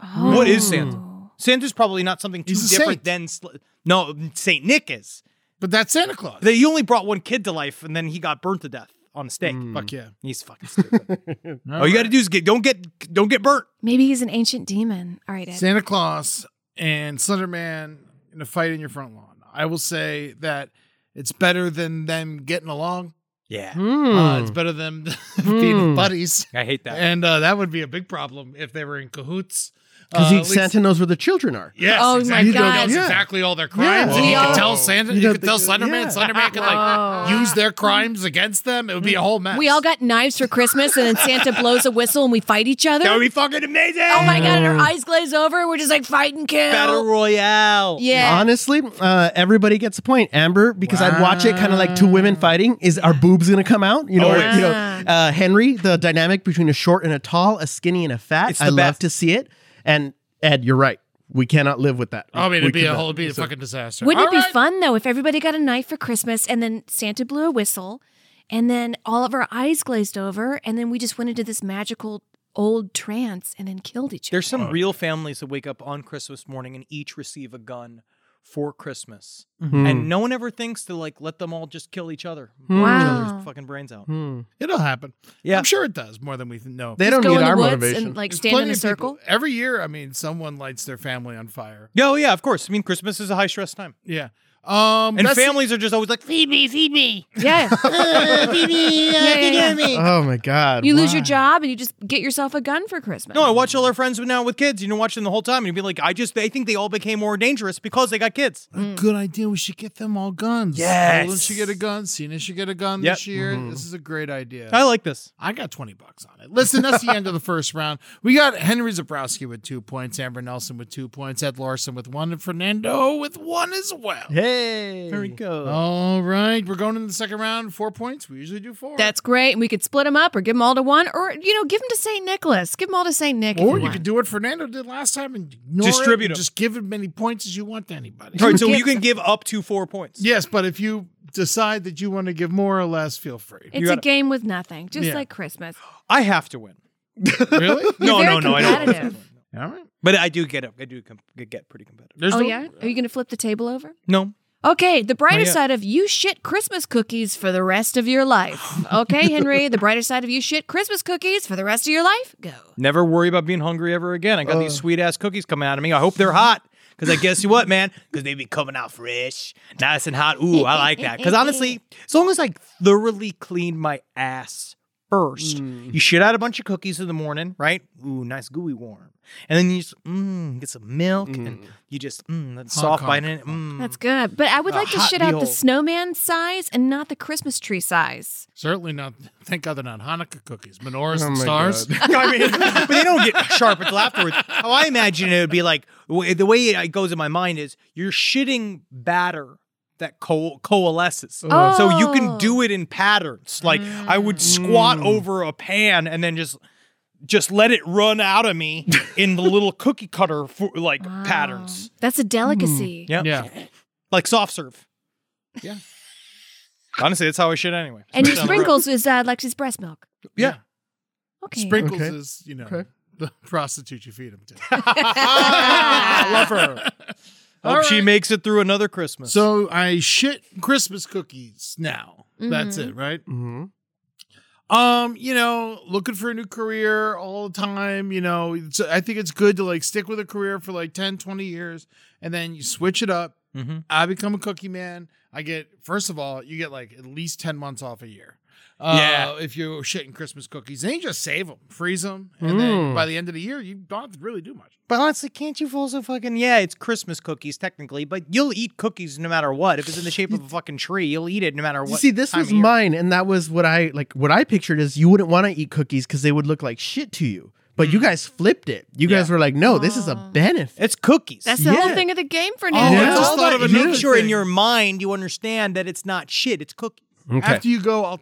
Speaker 2: Oh.
Speaker 1: What is Santa? Santa's probably not something too
Speaker 3: He's a
Speaker 1: different
Speaker 3: saint.
Speaker 1: than Sl- no Saint Nick is.
Speaker 3: But that's Santa Claus.
Speaker 1: They only brought one kid to life, and then he got burnt to death on a stake.
Speaker 3: Fuck yeah.
Speaker 1: He's fucking stupid.
Speaker 2: Hmm.
Speaker 1: All Oh, you got to do is get don't get don't get burnt.
Speaker 2: Maybe he's an ancient demon. All right, Ed.
Speaker 3: Santa Claus and Slenderman in a fight in your front lawn. I will say that it's better than them getting along.
Speaker 1: Yeah,
Speaker 3: Uh, it's better than <laughs> being
Speaker 5: Hmm.
Speaker 3: buddies.
Speaker 1: I hate that.
Speaker 3: And uh, that would be a big problem if they were in cahoots.
Speaker 5: Because
Speaker 3: Uh,
Speaker 5: he
Speaker 3: at least-
Speaker 5: Santa knows where the children are.
Speaker 3: Yes,
Speaker 2: Oh my
Speaker 3: exactly.
Speaker 2: God.
Speaker 3: He knows
Speaker 5: Yeah.
Speaker 3: exactly all their crimes,
Speaker 5: Yeah.
Speaker 3: and you
Speaker 2: Whoa.
Speaker 3: can tell Santa,
Speaker 5: You
Speaker 3: you,
Speaker 5: know,
Speaker 3: can tell
Speaker 5: the-
Speaker 3: Slenderman.
Speaker 5: yeah.
Speaker 3: Slenderman can like use their crimes against them. It would be a whole mess.
Speaker 2: We all got knives for Christmas, and then
Speaker 1: <laughs>
Speaker 2: Santa blows a whistle, and we fight each other.
Speaker 1: That would be fucking amazing.
Speaker 2: oh my god! And our eyes glaze over. and We're just like fight and kill.
Speaker 1: Battle Royale.
Speaker 2: yeah.
Speaker 5: Honestly, uh, everybody gets a point. Amber, because I'd watch it kind of like two women fighting. Is our boobs gonna come out?
Speaker 3: Oh,
Speaker 5: You know, or, you know. Uh, Henry, the dynamic between a short and a tall, a skinny and a fat.
Speaker 1: It's
Speaker 5: I
Speaker 1: the
Speaker 5: love
Speaker 1: best.
Speaker 5: to see it. And Ed, you're right. We cannot live with that.
Speaker 3: Oh, I mean,
Speaker 5: We
Speaker 3: it'd be a
Speaker 5: cannot.
Speaker 3: whole, it'd be a
Speaker 5: So-
Speaker 3: fucking disaster.
Speaker 2: Wouldn't it
Speaker 3: All
Speaker 2: be
Speaker 3: right.
Speaker 2: fun though if everybody got a knife for Christmas and then Santa blew a whistle and then all of our eyes glazed over and then we just went into this magical old trance and then killed each other.
Speaker 1: There's some real families that wake up on Christmas morning and each receive a gun for Christmas. And no one ever thinks to like let them all just kill each other.
Speaker 2: Hmm.
Speaker 1: Blow Each
Speaker 2: Wow.
Speaker 5: Mm.
Speaker 1: other's fucking brains out.
Speaker 3: It'll happen.
Speaker 1: Yeah.
Speaker 3: I'm sure it does more than we th- know.
Speaker 5: They don't
Speaker 2: go
Speaker 5: need
Speaker 2: in the
Speaker 5: our
Speaker 2: woods
Speaker 5: motivation.
Speaker 2: and like
Speaker 3: There's
Speaker 2: stand in
Speaker 3: plenty
Speaker 2: a
Speaker 3: of people-
Speaker 2: circle.
Speaker 3: every year. I mean, someone lights their family on fire.
Speaker 1: No, yeah, of course. I mean, Christmas is a high stress time.
Speaker 3: Yeah. Um,
Speaker 1: And
Speaker 3: that's-
Speaker 1: families are just always like, feed me, feed me.
Speaker 2: Yeah.
Speaker 3: <laughs>
Speaker 2: Yeah, yeah, yeah.
Speaker 5: <laughs> oh my god!
Speaker 2: You lose your
Speaker 5: why?
Speaker 2: job and you just get yourself a gun for Christmas.
Speaker 1: No, I watch all our friends now with kids. You know, watch them the whole time, and you'd be like, I just, I think they all became more dangerous because they got kids.
Speaker 2: Mm.
Speaker 3: A good idea. We should get them all guns.
Speaker 1: Yes.
Speaker 3: Olin should get a gun. Cena should get a gun
Speaker 1: Yep. Mm-hmm.
Speaker 3: this year. This is a great idea.
Speaker 1: I like this.
Speaker 3: I got 20 bucks on it. Listen, that's the end of the first round. We got Henry Zabrowski with two points, Amber Nelson with two points, Ed Larson with one, and Fernando with one as well.
Speaker 5: Hey,
Speaker 1: Very good.
Speaker 3: All right. We're going in the second round. Four points. We usually do four.
Speaker 2: That's great. And we could split them up or give them all to one or, you know, give them to St. Nicholas. Give them all to St. Nick. if
Speaker 3: or you
Speaker 2: want.
Speaker 3: could do what Fernando did last time and ignore it
Speaker 1: Distribute
Speaker 3: and
Speaker 1: 'em.
Speaker 3: Just give as many points as you want to anybody.
Speaker 1: All
Speaker 2: <laughs>
Speaker 1: right, so you can give up to four points.
Speaker 3: Yes, but if you decide that you want to give more or less,
Speaker 2: <laughs>
Speaker 3: feel free.
Speaker 2: It's
Speaker 1: you
Speaker 2: a
Speaker 1: gotta-
Speaker 2: game with nothing, just
Speaker 3: Yeah.
Speaker 2: like Christmas.
Speaker 1: I have to win.
Speaker 3: really?
Speaker 1: No,
Speaker 2: very
Speaker 1: no, no, I don't.
Speaker 2: competitive.
Speaker 3: All right.
Speaker 1: But I do get up. I do com- get pretty competitive.
Speaker 3: There's
Speaker 2: Oh,
Speaker 3: no-
Speaker 2: yeah? Are you going to flip the table over?
Speaker 1: No.
Speaker 2: Okay, the brighter
Speaker 1: yeah.
Speaker 2: side of you shit Christmas cookies for the rest of your life. Okay, Henry, the brighter side of you shit Christmas cookies for the rest of your life. Go.
Speaker 1: Never worry about being hungry ever again. I got these sweet ass cookies coming out of me. I hope they're hot. Cause I guess you what, man? Cause they be coming out fresh, nice and hot. Ooh, I like that. Cause honestly, as long as I thoroughly cleaned my ass first, you shit out a bunch of cookies in the morning, right? Ooh, nice gooey warm. And then you just mm, get some milk and you just mm, that soft
Speaker 3: honk,
Speaker 1: bite in it. Mm.
Speaker 2: That's good. But I would
Speaker 1: A
Speaker 2: like to
Speaker 1: hot
Speaker 2: shit out the
Speaker 1: mule.
Speaker 2: snowman size and not the Christmas tree size.
Speaker 3: Certainly not. <laughs> Thank God they're not Hanukkah cookies, menorahs,
Speaker 5: Oh
Speaker 3: and
Speaker 5: my
Speaker 3: stars.
Speaker 5: <laughs> God.
Speaker 1: <laughs> I mean, but they don't get sharp until afterwards. How I imagine it would be like w- the way it goes in my mind is you're shitting batter that co- coalesces. So you
Speaker 2: Oh.
Speaker 1: can do it in patterns. Like I would
Speaker 3: Mm.
Speaker 1: squat over a pan and then just just let it run out of me in
Speaker 3: <laughs>
Speaker 1: the little cookie cutter for, like patterns. Hmm.
Speaker 2: That's a delicacy.
Speaker 1: Yeah.
Speaker 3: Yeah.
Speaker 1: Like soft serve.
Speaker 3: Yeah.
Speaker 1: Honestly, that's how I shit anyway.
Speaker 2: And your
Speaker 1: Down the road.
Speaker 2: sprinkles is uh, Lexi's breast milk.
Speaker 1: Yeah.
Speaker 2: Okay. <laughs>
Speaker 3: Sprinkles
Speaker 5: Okay.
Speaker 3: is, you know,
Speaker 5: Okay.
Speaker 3: the <laughs> prostitute you feed him to.
Speaker 2: <laughs>
Speaker 1: I love her. Hope
Speaker 3: All
Speaker 1: she
Speaker 3: right.
Speaker 1: makes it through another Christmas.
Speaker 3: So I shit Christmas cookies now. That's it, right?
Speaker 5: Mhm.
Speaker 3: Um, you know, looking for a new career all the time, you know, it's, I think it's good to like stick with a career for like 10, 20 years and then you switch it up.
Speaker 5: Mm-hmm.
Speaker 1: Mhm.
Speaker 3: I become a cookie man. I get first of all, you get like at least 10 months off a year.
Speaker 1: Yeah.
Speaker 3: Uh, if you're shitting Christmas cookies, then you just save them, freeze them, and
Speaker 5: Mm.
Speaker 3: then by the end of the year, you don't have to really do much.
Speaker 1: But honestly, can't you also fucking yeah? It's Christmas cookies technically, but you'll eat cookies no matter what. If it's in the shape of a fucking tree, you'll eat it no matter what.
Speaker 5: You see, this
Speaker 1: time
Speaker 5: was
Speaker 1: of year.
Speaker 5: mine, and that was what I like. What I pictured is you wouldn't want to eat cookies because they would look like shit to you. But you guys flipped it. You guys were like, "No, this is a benefit."
Speaker 1: It's cookies.
Speaker 2: That's the whole
Speaker 5: Yeah.
Speaker 2: thing of the game for
Speaker 3: Oh,
Speaker 2: now.
Speaker 3: I
Speaker 5: Yeah.
Speaker 3: just thought of
Speaker 1: But
Speaker 3: another
Speaker 1: make sure in
Speaker 3: thing.
Speaker 1: your mind you understand that it's not shit. It's cookies.
Speaker 3: After you go, I'll.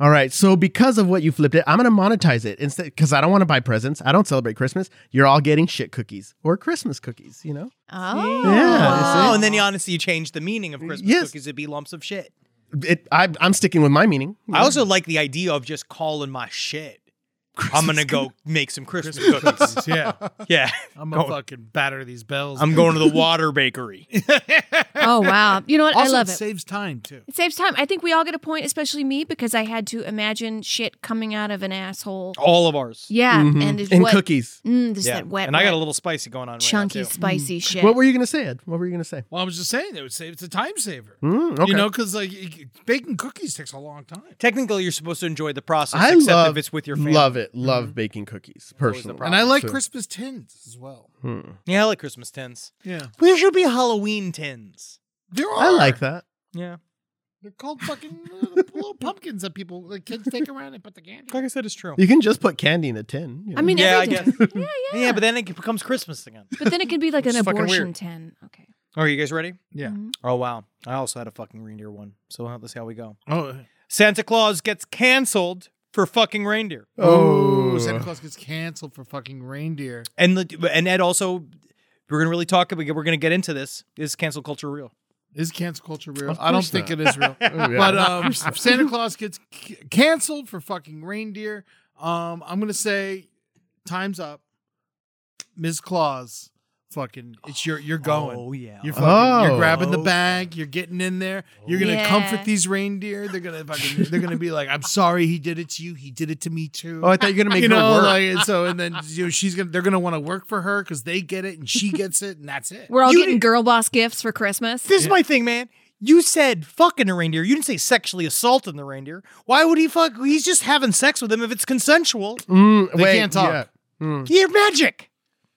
Speaker 5: All right. So because of what you flipped it, I'm going to monetize it instead because I don't want to buy presents. I don't celebrate Christmas. You're all getting shit cookies or Christmas cookies. You know?
Speaker 2: Oh.
Speaker 5: Yeah.
Speaker 1: Oh, and then you honestly change the meaning of Christmas
Speaker 5: Yes.
Speaker 1: cookies. It'd be lumps of shit.
Speaker 5: It, I, I'm sticking with my meaning.
Speaker 1: I also like the idea of just calling my shit. I'm gonna go make some Christmas cookies.
Speaker 3: yeah.
Speaker 1: <laughs> yeah,
Speaker 3: I'm gonna fucking batter these bells.
Speaker 1: I'm going to the water bakery.
Speaker 2: Oh, wow. You know what? I
Speaker 3: Also,
Speaker 2: love
Speaker 3: it
Speaker 2: it.
Speaker 3: saves time too.
Speaker 2: It saves time. I think we all get a point, especially me, because I had to imagine shit coming out of an asshole.
Speaker 1: All of ours.
Speaker 2: Yeah,
Speaker 5: Mhm.
Speaker 2: and it's
Speaker 5: And
Speaker 2: what,
Speaker 5: cookies.
Speaker 2: Mm, just
Speaker 1: Mm-hmm. Yeah.
Speaker 2: that wet,
Speaker 1: and I got a
Speaker 2: wet,
Speaker 1: little spicy going on. right now,
Speaker 2: chunky,
Speaker 1: too.
Speaker 2: spicy shit.
Speaker 5: What were you going to say, Ed? What were you going to say?
Speaker 3: Well, I was just saying it would save. It's a time saver.
Speaker 5: Mm, okay.
Speaker 3: You know, because like y- y- baking cookies takes a long time.
Speaker 1: Technically, you're supposed to enjoy the process,
Speaker 5: I
Speaker 1: except
Speaker 5: love
Speaker 1: if it's with your family. Mm-hmm.
Speaker 5: Love it. Love baking cookies personally.
Speaker 3: And I like
Speaker 5: So-
Speaker 3: Christmas tins as well.
Speaker 5: Hmm.
Speaker 1: Yeah, I like Christmas tins.
Speaker 3: Yeah,
Speaker 1: There should be Halloween tins.
Speaker 3: there are.
Speaker 5: I like that.
Speaker 1: Yeah,
Speaker 3: They're called fucking uh, little pumpkins that people, like kids, take around and put the candy.
Speaker 5: <laughs>
Speaker 1: like I said, it's true.
Speaker 5: You can just put candy in a tin. you
Speaker 2: I
Speaker 5: know?
Speaker 2: mean,
Speaker 1: Yeah, I
Speaker 2: everything.
Speaker 1: guess.
Speaker 2: <laughs> yeah, yeah.
Speaker 1: Yeah, but then it becomes Christmas again.
Speaker 2: But then it could be like an
Speaker 1: It's fucking
Speaker 2: abortion
Speaker 1: weird.
Speaker 2: ten. Okay.
Speaker 1: <laughs>
Speaker 2: Mm.
Speaker 1: Are you guys ready?
Speaker 3: Yeah.
Speaker 1: Oh wow, I also had a fucking reindeer one. So uh, let's see how we go.
Speaker 3: Oh,
Speaker 1: Santa Claus gets canceled for fucking reindeer.
Speaker 5: oh,
Speaker 3: Santa Claus gets canceled for fucking reindeer.
Speaker 1: And the, and Ed also, we're gonna really talk. We're gonna get into this. Is cancel culture real?
Speaker 3: Is cancel culture real?
Speaker 5: Of
Speaker 3: I don't
Speaker 5: course
Speaker 3: think
Speaker 5: not. Oh,
Speaker 3: it is
Speaker 5: <laughs>
Speaker 3: real.
Speaker 5: yeah.
Speaker 3: But um, Santa Claus gets c- canceled for fucking reindeer. Um, I'm gonna say, time's up. Ms. Claus, fucking, it's your you're going.
Speaker 1: Oh yeah.
Speaker 3: You're fucking, you're
Speaker 5: Oh.
Speaker 3: grabbing the bag. You're getting in there. You're gonna
Speaker 2: Yeah.
Speaker 3: comfort these reindeer. They're gonna fucking. They're gonna be like, "I'm sorry, he did it to you. He did it to me too."
Speaker 5: oh, I thought you were gonna make
Speaker 3: you
Speaker 5: her
Speaker 3: know,
Speaker 5: work.
Speaker 3: like and so, and then you know, she's gonna. They're gonna want to work for her because they get it and
Speaker 5: <laughs>
Speaker 3: she gets it, and that's it.
Speaker 2: We're all
Speaker 1: You
Speaker 2: getting
Speaker 1: did-
Speaker 2: girl boss gifts for Christmas.
Speaker 1: this is my thing, man. You said fucking a reindeer. You didn't say sexually assaulting the reindeer. Why would he fuck? He's just having sex with him if it's consensual.
Speaker 5: Mm,
Speaker 3: They
Speaker 5: wait,
Speaker 3: can't talk.
Speaker 5: yeah.
Speaker 3: Mm.
Speaker 1: They're magic.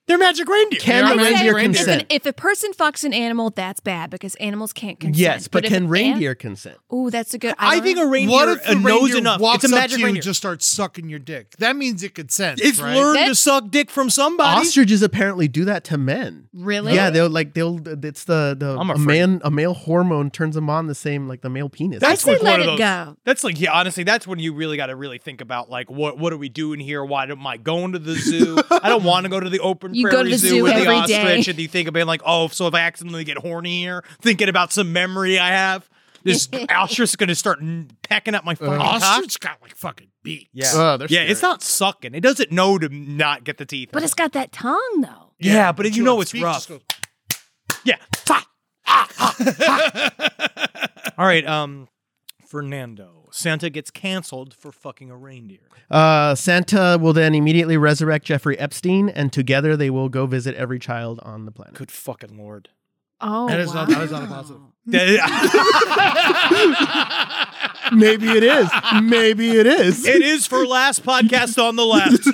Speaker 1: They're magic reindeer.
Speaker 5: Can
Speaker 2: It
Speaker 3: They are
Speaker 5: the
Speaker 2: said
Speaker 3: reindeer
Speaker 5: reindeer
Speaker 2: if an-
Speaker 5: consent?
Speaker 2: If a person fucks an animal, that's bad because animals can't consent.
Speaker 5: Yes, but,
Speaker 2: if
Speaker 5: can
Speaker 2: an
Speaker 5: reindeer consent?
Speaker 2: Ooh, that's a good.
Speaker 1: I think a reindeer
Speaker 3: What if the
Speaker 1: uh, knows
Speaker 3: reindeer
Speaker 1: enough.
Speaker 3: walks
Speaker 1: It's a
Speaker 3: up
Speaker 1: magic
Speaker 3: to you
Speaker 1: reindeer.
Speaker 3: and just starts sucking your dick? That means it consents.
Speaker 1: it's
Speaker 3: right?
Speaker 1: learned to
Speaker 2: That's-
Speaker 1: suck dick from somebody.
Speaker 5: Ostriches apparently do that to men.
Speaker 2: really.
Speaker 5: Yeah, they'll like they'll. It's the the
Speaker 1: I'm
Speaker 5: a
Speaker 1: afraid.
Speaker 5: man a male hormone turns them on the same like the male penis.
Speaker 2: I say
Speaker 1: like one
Speaker 2: let
Speaker 1: of
Speaker 2: it
Speaker 1: those-
Speaker 2: go.
Speaker 1: That's like, yeah, honestly, that's when you really got to really think about like, what what are we doing here? Why am I going to the zoo? I don't want to go to the open
Speaker 2: You go to
Speaker 1: prairie
Speaker 2: the
Speaker 1: zoo,
Speaker 2: zoo
Speaker 1: with the
Speaker 2: every day.
Speaker 1: ostrich, and you think of being like, oh, so if I accidentally get horny here, thinking about some memory I have,
Speaker 2: <laughs>
Speaker 1: this ostrich is going to start n- pecking up my fucking cock.
Speaker 3: Ostrich got like fucking beak.
Speaker 1: Yeah,
Speaker 5: Uh, Uh-huh. Oh, they're
Speaker 1: yeah, it's
Speaker 5: scary.
Speaker 1: not sucking. It doesn't know to not get the teeth.
Speaker 2: But
Speaker 1: out.
Speaker 2: it's got that tongue though.
Speaker 1: yeah, but you know it's rough. Yeah. Fa- ah, ah, ah. <laughs> All right, um, Fernando. Santa gets canceled for fucking a reindeer.
Speaker 5: Uh, Santa will then immediately resurrect Jeffrey Epstein, and together they will go visit every child on the planet.
Speaker 1: Good fucking lord.
Speaker 2: Oh,
Speaker 3: That is
Speaker 2: wow.
Speaker 3: not- that is not a positive.
Speaker 1: <laughs> it
Speaker 5: Maybe it is. Maybe it is.
Speaker 1: is for last podcast on the left.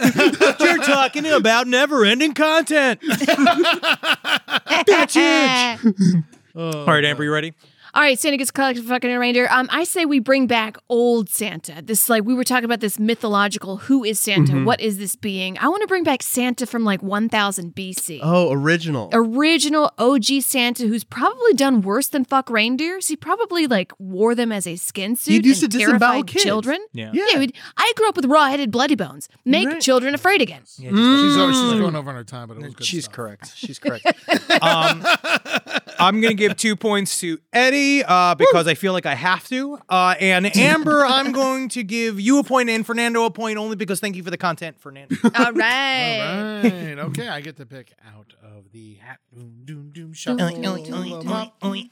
Speaker 1: <laughs> You're talking about never-ending content.
Speaker 2: <laughs>
Speaker 1: That's huge. All right, Amber, you ready?
Speaker 2: All right, Santa gets collected for fucking a reindeer. Um, I say we bring back old Santa. This like we were talking about this mythological. Who is Santa?
Speaker 5: Mm-hmm.
Speaker 2: What is this being? I want to bring back Santa from like 1000 BC.
Speaker 5: Oh, original.
Speaker 2: Original OG Santa, who's probably done worse than fuck reindeers. He probably like wore them as a skin suit.
Speaker 5: He'd used
Speaker 2: and
Speaker 5: to disembowel
Speaker 2: terrified
Speaker 5: kids.
Speaker 2: children.
Speaker 1: Yeah.
Speaker 5: Yeah.
Speaker 2: we'd- I grew up with raw-headed bloody bones. Make
Speaker 5: Right.
Speaker 2: children afraid again.
Speaker 1: Yeah,
Speaker 3: She's, always,
Speaker 5: Mm.
Speaker 3: she's going over on her time, but it was good
Speaker 1: She's
Speaker 3: stuff.
Speaker 1: correct. She's correct. <laughs> um, I'm going to give two points to Eddie uh, because I feel like I have to. Uh, and Amber, I'm going to give you a point and Fernando a point only because thank you for the content, Fernando.
Speaker 5: <laughs>
Speaker 2: All
Speaker 3: All
Speaker 2: right.
Speaker 1: <laughs>
Speaker 3: right. Mm, Okay, I get to pick out of the hat. Doom, doom, doom, shuffle. them up. Oh, yes.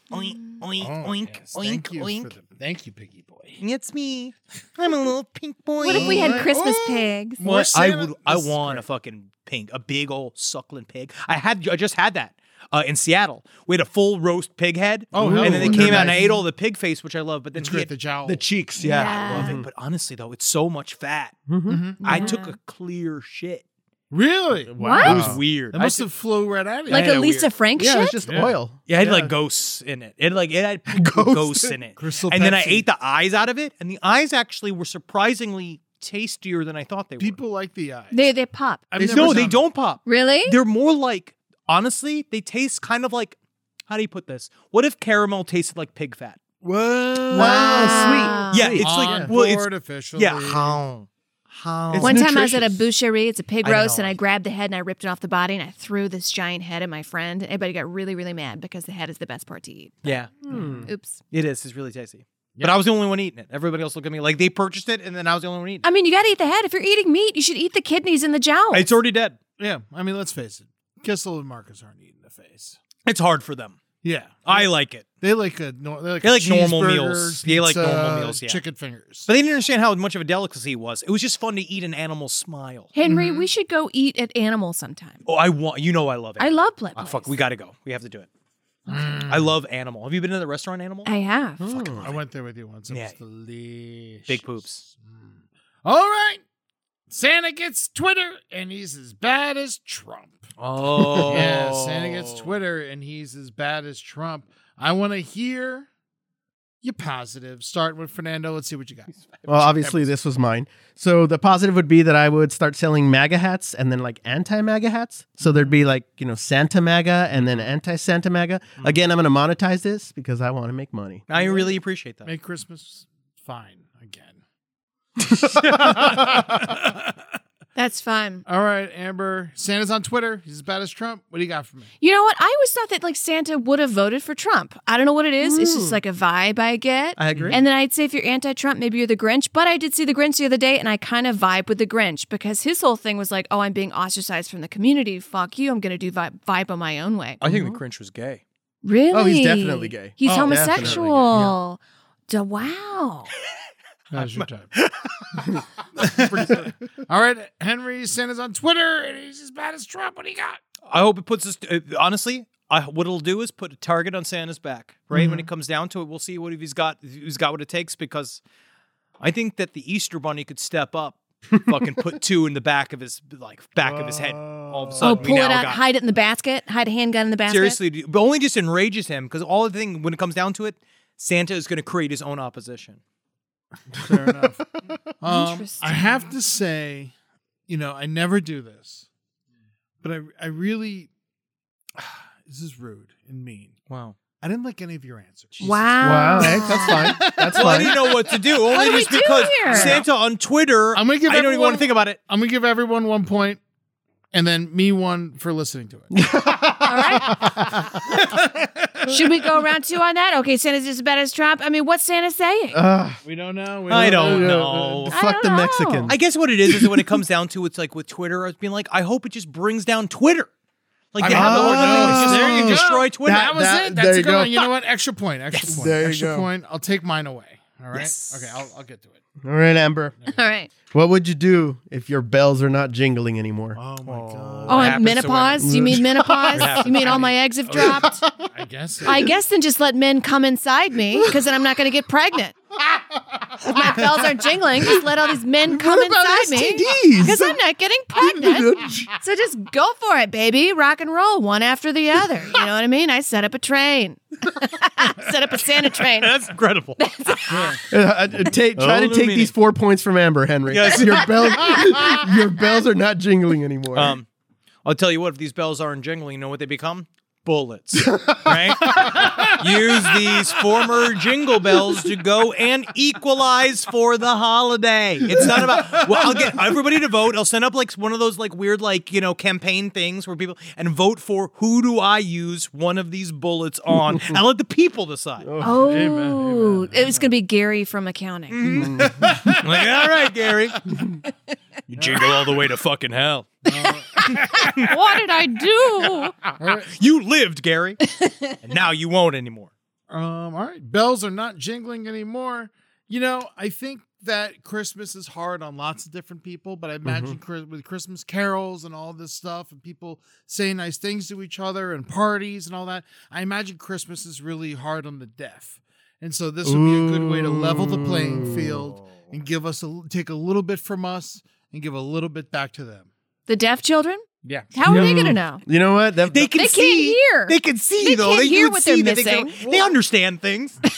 Speaker 3: Thank you for the- Thank you, Piggy Boy.
Speaker 1: It's me. I'm a little pink boy.
Speaker 2: What if we had
Speaker 3: Alright.
Speaker 2: Christmas
Speaker 3: Oh.
Speaker 2: pigs?
Speaker 3: More
Speaker 1: I
Speaker 3: Santa-
Speaker 1: would. I
Speaker 3: this is
Speaker 1: want a
Speaker 3: great.
Speaker 1: fucking pig, a big old suckling pig. I had. I just had that uh, in Seattle. We had a full roast pig head.
Speaker 3: Oh, hell
Speaker 1: and then they
Speaker 3: yeah.
Speaker 1: came out and I
Speaker 3: Nice.
Speaker 1: ate all the pig face, which I love. But then
Speaker 3: It's
Speaker 1: we
Speaker 3: great.
Speaker 1: had
Speaker 3: The jowl. Mm-hmm.
Speaker 1: the cheeks. Yeah, I love
Speaker 2: Yeah.
Speaker 1: it. But honestly, though, it's so much fat. Mm-hmm.
Speaker 3: Mhm.
Speaker 1: I
Speaker 2: Yeah.
Speaker 1: took a clear shit.
Speaker 3: Really?
Speaker 5: Wow.
Speaker 1: It was weird.
Speaker 3: That
Speaker 1: I
Speaker 3: must
Speaker 1: took-
Speaker 3: have flew right out of you.
Speaker 2: Like
Speaker 1: Yeah,
Speaker 2: a Lisa
Speaker 1: weird.
Speaker 2: Frank
Speaker 5: yeah,
Speaker 2: shit?
Speaker 5: it's just
Speaker 3: Yeah.
Speaker 5: oil.
Speaker 1: Yeah, it had
Speaker 5: Yeah.
Speaker 1: like ghosts in it. It like it had
Speaker 3: <laughs>
Speaker 1: ghosts,
Speaker 5: Ghosts.
Speaker 1: in it.
Speaker 3: Crystal
Speaker 1: and then I
Speaker 3: Pepsi.
Speaker 1: ate the eyes out of it, and the eyes actually were surprisingly tastier than I thought they
Speaker 3: People like the eyes.
Speaker 2: They they pop.
Speaker 1: were.
Speaker 3: I've
Speaker 1: They-
Speaker 3: never
Speaker 1: no,
Speaker 3: done
Speaker 1: they
Speaker 3: it.
Speaker 1: don't pop.
Speaker 2: Really?
Speaker 1: They're more like honestly, they taste kind of like how do you put this? What if caramel tasted like pig fat?
Speaker 3: Whoa.
Speaker 2: Wow.
Speaker 1: Yeah, it's
Speaker 3: On
Speaker 1: like well, it's
Speaker 3: board officially.
Speaker 1: yeah. How? How?
Speaker 3: It's
Speaker 2: One time I was at a
Speaker 3: nutritious.
Speaker 2: boucherie, it's a pig
Speaker 1: I know.
Speaker 2: roast, and I grabbed the head and I ripped it off the body and I threw this giant head at my friend. Everybody got really, really mad because the head is the best part to eat.
Speaker 1: yeah,
Speaker 2: Oops.
Speaker 1: it is. It's really tasty. But I was the only one eating it. Everybody else looked at me like they purchased it, and then I was the only one eating.
Speaker 2: I mean, you got to eat the head. If you're eating meat, you should eat the kidneys and the jowl.
Speaker 1: it. It's already dead.
Speaker 3: Yeah. I mean, let's face it. Kissel and Marcus aren't eating the face.
Speaker 1: It's hard for them.
Speaker 3: Yeah.
Speaker 1: I like it,
Speaker 3: They like a nor- they like,
Speaker 1: They
Speaker 3: a
Speaker 1: like normal
Speaker 3: cheeseburger,
Speaker 1: meals. They like
Speaker 3: pizza,
Speaker 1: normal meals, yeah.
Speaker 3: Chicken fingers.
Speaker 1: but they didn't understand how much of a delicacy it was. It was just fun to eat an animal smile.
Speaker 2: Henry, we should go eat at animal sometime.
Speaker 1: Mm-hmm. Oh, I want you know I love it.
Speaker 2: I love blood.
Speaker 1: Oh, fuck,
Speaker 2: boys.
Speaker 1: we got to go. We have to do it. I love animal. Have you been to the restaurant animal?
Speaker 2: I have.
Speaker 5: Hmm.
Speaker 1: Hmm.
Speaker 3: I went there with you once. It
Speaker 1: Yeah.
Speaker 3: was delicious.
Speaker 1: Big poops.
Speaker 3: All right. Santa gets Twitter and he's as bad as Trump.
Speaker 1: Oh,
Speaker 3: Yeah, Santa gets Twitter and he's as bad as Trump. I want to hear you positive. Start with Fernando. Let's see what you got.
Speaker 5: Well, obviously, this was mine. So the positive would be that I would start selling MAGA hats and then like anti MAGA hats. So there'd be like, you know, Santa MAGA and then anti Santa MAGA. Again, I'm going to monetize this because I want to make money.
Speaker 1: I really appreciate that.
Speaker 3: Make Christmas fine
Speaker 5: <laughs>
Speaker 3: again.
Speaker 2: That's fun.
Speaker 3: All right, Amber. Santa's on Twitter. He's as bad as Trump. What do you got for me?
Speaker 2: You know what? I always thought that like Santa would have voted for Trump. I don't know what it is. It's just like a vibe I get.
Speaker 5: Hmm. I agree.
Speaker 2: And then I'd say if you're anti-Trump, maybe you're the Grinch. But I did see the Grinch the other day, and I kind of vibe with the Grinch because his whole thing was like, "Oh, I'm being ostracized from the community. Fuck you. I'm gonna do vibe, vibe on my own way."
Speaker 1: I think
Speaker 5: Uh-huh.
Speaker 1: the Grinch was gay. <laughs>
Speaker 2: Really?
Speaker 5: Oh, he's definitely gay.
Speaker 2: He's
Speaker 5: Oh,
Speaker 2: homosexual. Da-
Speaker 5: <laughs>
Speaker 2: wow. Oh,
Speaker 3: Now's your time. All right, Henry. Santa's on Twitter and he's as bad as Trump. What do you got?
Speaker 1: I hope it puts us. uh, honestly, I, what it'll do is put a target on Santa's back. Right when it comes down to it, we'll see what if he's got. If he's got what it takes because I think that the Easter Bunny could step <laughs> up, fucking put two in the back of his like back of his head. All of a
Speaker 2: Oh,
Speaker 1: sudden, we
Speaker 2: pull it
Speaker 1: now
Speaker 2: out,
Speaker 1: got-
Speaker 2: hide it in the basket, hide a handgun in the basket.
Speaker 1: Seriously, dude, but only just enrages him because all the thing when it comes down to it, Santa is going to create his own opposition.
Speaker 3: Fair
Speaker 5: <laughs>
Speaker 3: enough. Um,
Speaker 2: Interesting.
Speaker 3: I have to say, you know, I never do this, but I, I really, <sighs> this is rude and mean.
Speaker 1: Wow.
Speaker 3: I didn't like any of your answers.
Speaker 5: Wow.
Speaker 2: Wow.
Speaker 5: hey, that's fine. <laughs> That's
Speaker 1: Well, I
Speaker 5: fine.
Speaker 1: didn't know what to do. Only
Speaker 2: do we
Speaker 1: just
Speaker 2: do
Speaker 1: because
Speaker 2: here?
Speaker 1: Santa on Twitter.
Speaker 3: I'm gonna give
Speaker 1: I don't even
Speaker 3: everyone-
Speaker 1: want to think about it.
Speaker 3: I'm gonna give everyone one point, and then me one for listening to
Speaker 5: <laughs>
Speaker 3: it.
Speaker 2: All right. <laughs> Should we go round two on that? Okay, Santa's just as bad as Trump. I mean, what's Santa saying?
Speaker 5: Ugh,
Speaker 3: we don't know. We
Speaker 1: I don't know.
Speaker 5: uh, fuck
Speaker 2: don't
Speaker 5: the
Speaker 2: know.
Speaker 5: Mexican.
Speaker 1: I guess what it is is that when it comes down to it's like with Twitter, I was being like, I hope it just brings down Twitter. Like they
Speaker 3: I
Speaker 1: have the
Speaker 5: mean,
Speaker 1: whole thing,
Speaker 5: oh,
Speaker 1: it's just
Speaker 5: there you go.
Speaker 1: destroy Twitter.
Speaker 3: That, was
Speaker 5: that-
Speaker 3: it.
Speaker 5: there
Speaker 3: That's a
Speaker 5: you
Speaker 3: good
Speaker 5: go.
Speaker 3: one. You know what? Extra point. Extra point.
Speaker 5: There you
Speaker 3: extra
Speaker 5: go.
Speaker 3: point. I'll take mine away. All right.
Speaker 1: Yes.
Speaker 3: Okay. I'll, I'll get to it.
Speaker 5: All right, Amber.
Speaker 2: <laughs> All right.
Speaker 5: What would you do if your bells are not jingling anymore?
Speaker 3: Oh my god.
Speaker 2: Oh, and
Speaker 1: What happens to
Speaker 2: menopause?
Speaker 1: <laughs>
Speaker 2: You mean menopause? you mean all my eggs have dropped?
Speaker 5: <laughs>
Speaker 3: I guess.
Speaker 2: I guess then just let men come inside me because then I'm not going to get pregnant. If my bells are jingling, just let all these men come inside me because I'm not getting pregnant. so just go for it, baby. Rock and roll, one after the other. You know what I mean? I set up a train, <laughs> set up a Santa train.
Speaker 1: That's incredible.
Speaker 5: Uh, uh, take, try to
Speaker 1: no
Speaker 5: take
Speaker 1: meaning.
Speaker 5: these four points from Amber, Henry.
Speaker 1: Yes.
Speaker 5: Your, bell, <laughs> your bells are not jingling anymore.
Speaker 1: Um, I'll tell you what, if these bells aren't jingling, you know what they become? Bullets, right? Use these former jingle bells to go and equalize for the holiday. It's not about, well, I'll get everybody to vote. I'll send up like one of those like weird, like, you know, campaign things where people and vote for who do I use one of these bullets on and let the people decide.
Speaker 2: Oh, it was going to be Gary from accounting.
Speaker 1: I'm like, all right, Gary, you jingle all the way to fucking hell.
Speaker 2: What did I do?
Speaker 1: You lived, Gary, and now you won't anymore.
Speaker 3: Um, all right. Bells are not jingling anymore. You know, I think that Christmas is hard on lots of different people, but I
Speaker 1: Mm-hmm.
Speaker 3: imagine Chris with Christmas carols and all this stuff and people saying nice things to each other and parties and all that, I imagine Christmas is really hard on the deaf. And so this would be a good way to level the playing field and give us a take a little bit from us and give a little bit back to them.
Speaker 2: The deaf children?
Speaker 3: Yeah.
Speaker 2: How are they going to know?
Speaker 5: you know what? That,
Speaker 1: They can
Speaker 2: They can't
Speaker 1: see.
Speaker 2: hear.
Speaker 1: They can see
Speaker 2: They
Speaker 1: though.
Speaker 2: can't
Speaker 1: they
Speaker 2: hear
Speaker 1: would
Speaker 2: what
Speaker 1: see
Speaker 2: they're
Speaker 1: that They,
Speaker 2: missing. <laughs>
Speaker 1: can, they understand things.
Speaker 5: They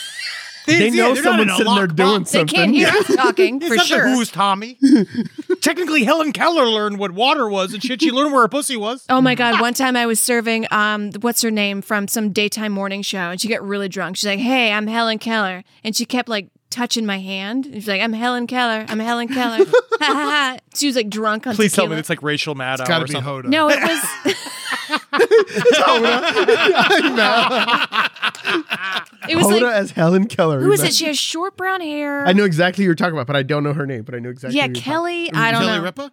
Speaker 1: It's- yeah,
Speaker 5: know
Speaker 1: they're not in
Speaker 5: someone's
Speaker 1: a
Speaker 5: sitting there
Speaker 1: lockbox.
Speaker 5: doing
Speaker 2: They can't
Speaker 5: something.
Speaker 2: hear us talking
Speaker 1: <laughs> It's
Speaker 2: for
Speaker 1: not the
Speaker 2: sure.
Speaker 1: Who's Tommy? Technically, Helen Keller learned what water was, and shit, she learned where her pussy was.
Speaker 2: Oh my god! One time I was serving, um, what's her name from some daytime morning show, and she got really drunk. She's like, "Hey, I'm Helen Keller," and she kept like touching my hand. And she's like, "I'm Helen Keller. I'm Helen
Speaker 3: <laughs>
Speaker 2: Keller." <laughs> Ha, ha, ha. she was like drunk on.
Speaker 1: Please tell me
Speaker 2: tequila.
Speaker 1: it's like racial Maddow
Speaker 3: Gotta
Speaker 1: or
Speaker 3: be
Speaker 1: something.
Speaker 3: Hoda.
Speaker 2: No, it
Speaker 1: <laughs>
Speaker 2: was. <laughs> it was
Speaker 5: Hoda
Speaker 2: like
Speaker 5: as Helen Keller.
Speaker 2: who is
Speaker 5: That-
Speaker 2: it? She has short brown hair.
Speaker 5: I know exactly who you're talking about, but I don't know her name. But I knew exactly.
Speaker 2: Yeah,
Speaker 5: who you're
Speaker 2: Kelly. I don't
Speaker 3: Kelly
Speaker 2: know.
Speaker 3: Ripa?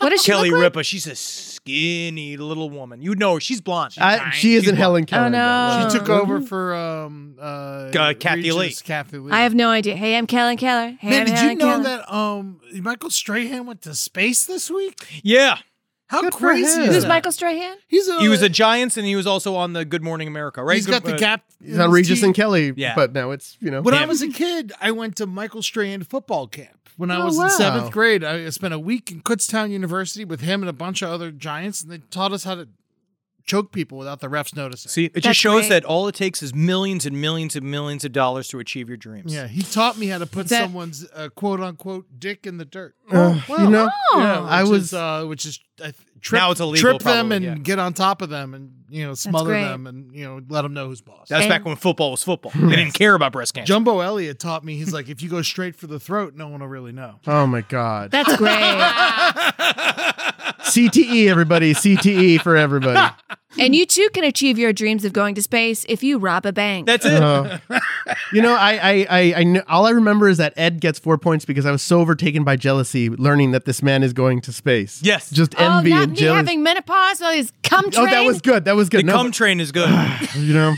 Speaker 2: What is she?
Speaker 1: Kelly
Speaker 2: look like?
Speaker 1: Ripa, she's a skinny little woman. You know her. She's blonde. She's
Speaker 5: talking- I, she isn't Helen Keller.
Speaker 2: Oh
Speaker 5: though.
Speaker 2: no.
Speaker 3: She took over for um uh,
Speaker 1: Uh, Kathy Lee.
Speaker 3: Regis Kathy Lee.
Speaker 2: mm-hmm. I have no idea. Hey, I'm Helen Keller. Hey,
Speaker 3: Man,
Speaker 2: I'm
Speaker 3: did you
Speaker 2: Helen
Speaker 3: know
Speaker 2: Keller.
Speaker 3: that um Michael Strahan went to space this week?
Speaker 1: yeah.
Speaker 3: How
Speaker 5: Good for
Speaker 3: crazy!
Speaker 5: him.
Speaker 3: is
Speaker 2: Who's
Speaker 3: that?
Speaker 2: Michael Strahan?
Speaker 3: He's a,
Speaker 1: He was a Giants, and he was also on the Good Morning America, right?
Speaker 3: He's got the
Speaker 1: uh,
Speaker 3: gap.
Speaker 5: It's not Regis and Kelly.
Speaker 1: Yeah.
Speaker 5: But now it's you know.
Speaker 3: When I
Speaker 1: Him.
Speaker 3: was a kid, I went to Michael Strahan football camp. When I
Speaker 5: Oh,
Speaker 3: was
Speaker 5: wow.
Speaker 3: in seventh grade, I spent a week in Kutztown University with him and a bunch of other Giants, and they taught us how to choke people without the refs noticing.
Speaker 1: See, it
Speaker 2: That's
Speaker 1: just shows
Speaker 2: right.
Speaker 1: that all it takes is millions and millions and millions of dollars to achieve your dreams.
Speaker 3: Yeah, he taught me how to put
Speaker 2: That-
Speaker 3: someone's uh, quote unquote dick in the
Speaker 5: <laughs>
Speaker 3: dirt.
Speaker 5: Uh, you know,
Speaker 3: Yeah,
Speaker 5: I
Speaker 3: which
Speaker 5: was.
Speaker 3: is, uh, which is I th- trip,
Speaker 1: Now it's illegal,
Speaker 3: Trip them
Speaker 1: probably,
Speaker 3: and
Speaker 1: yeah.
Speaker 3: get on top of them, and you know smother
Speaker 2: great.
Speaker 3: them, and you know let them know who's boss.
Speaker 1: That was
Speaker 2: And-
Speaker 1: back when football was football. They didn't care about breast cancer.
Speaker 3: Jumbo Elliott taught me. He's like, if you go straight for the throat, no one will really <laughs> know.
Speaker 5: oh my God.
Speaker 2: That's <laughs> great.
Speaker 5: CTE, E, everybody. CTE
Speaker 3: <laughs>
Speaker 5: for everybody.
Speaker 2: and you too can achieve your dreams of going to space if you rob a bank.
Speaker 1: That's it.
Speaker 5: Uh, you know, I, I, I, I kn- all I remember is that Ed gets four points because I was so overtaken by jealousy, learning that this man is going to space.
Speaker 1: Yes.
Speaker 5: just
Speaker 2: oh,
Speaker 5: envy
Speaker 2: not
Speaker 5: and
Speaker 2: me
Speaker 5: jealousy.
Speaker 2: having menopause. All these cum
Speaker 5: oh,
Speaker 2: train.
Speaker 5: that was good. That was
Speaker 1: the
Speaker 5: good. No,
Speaker 1: cum train is good.
Speaker 5: but, you know,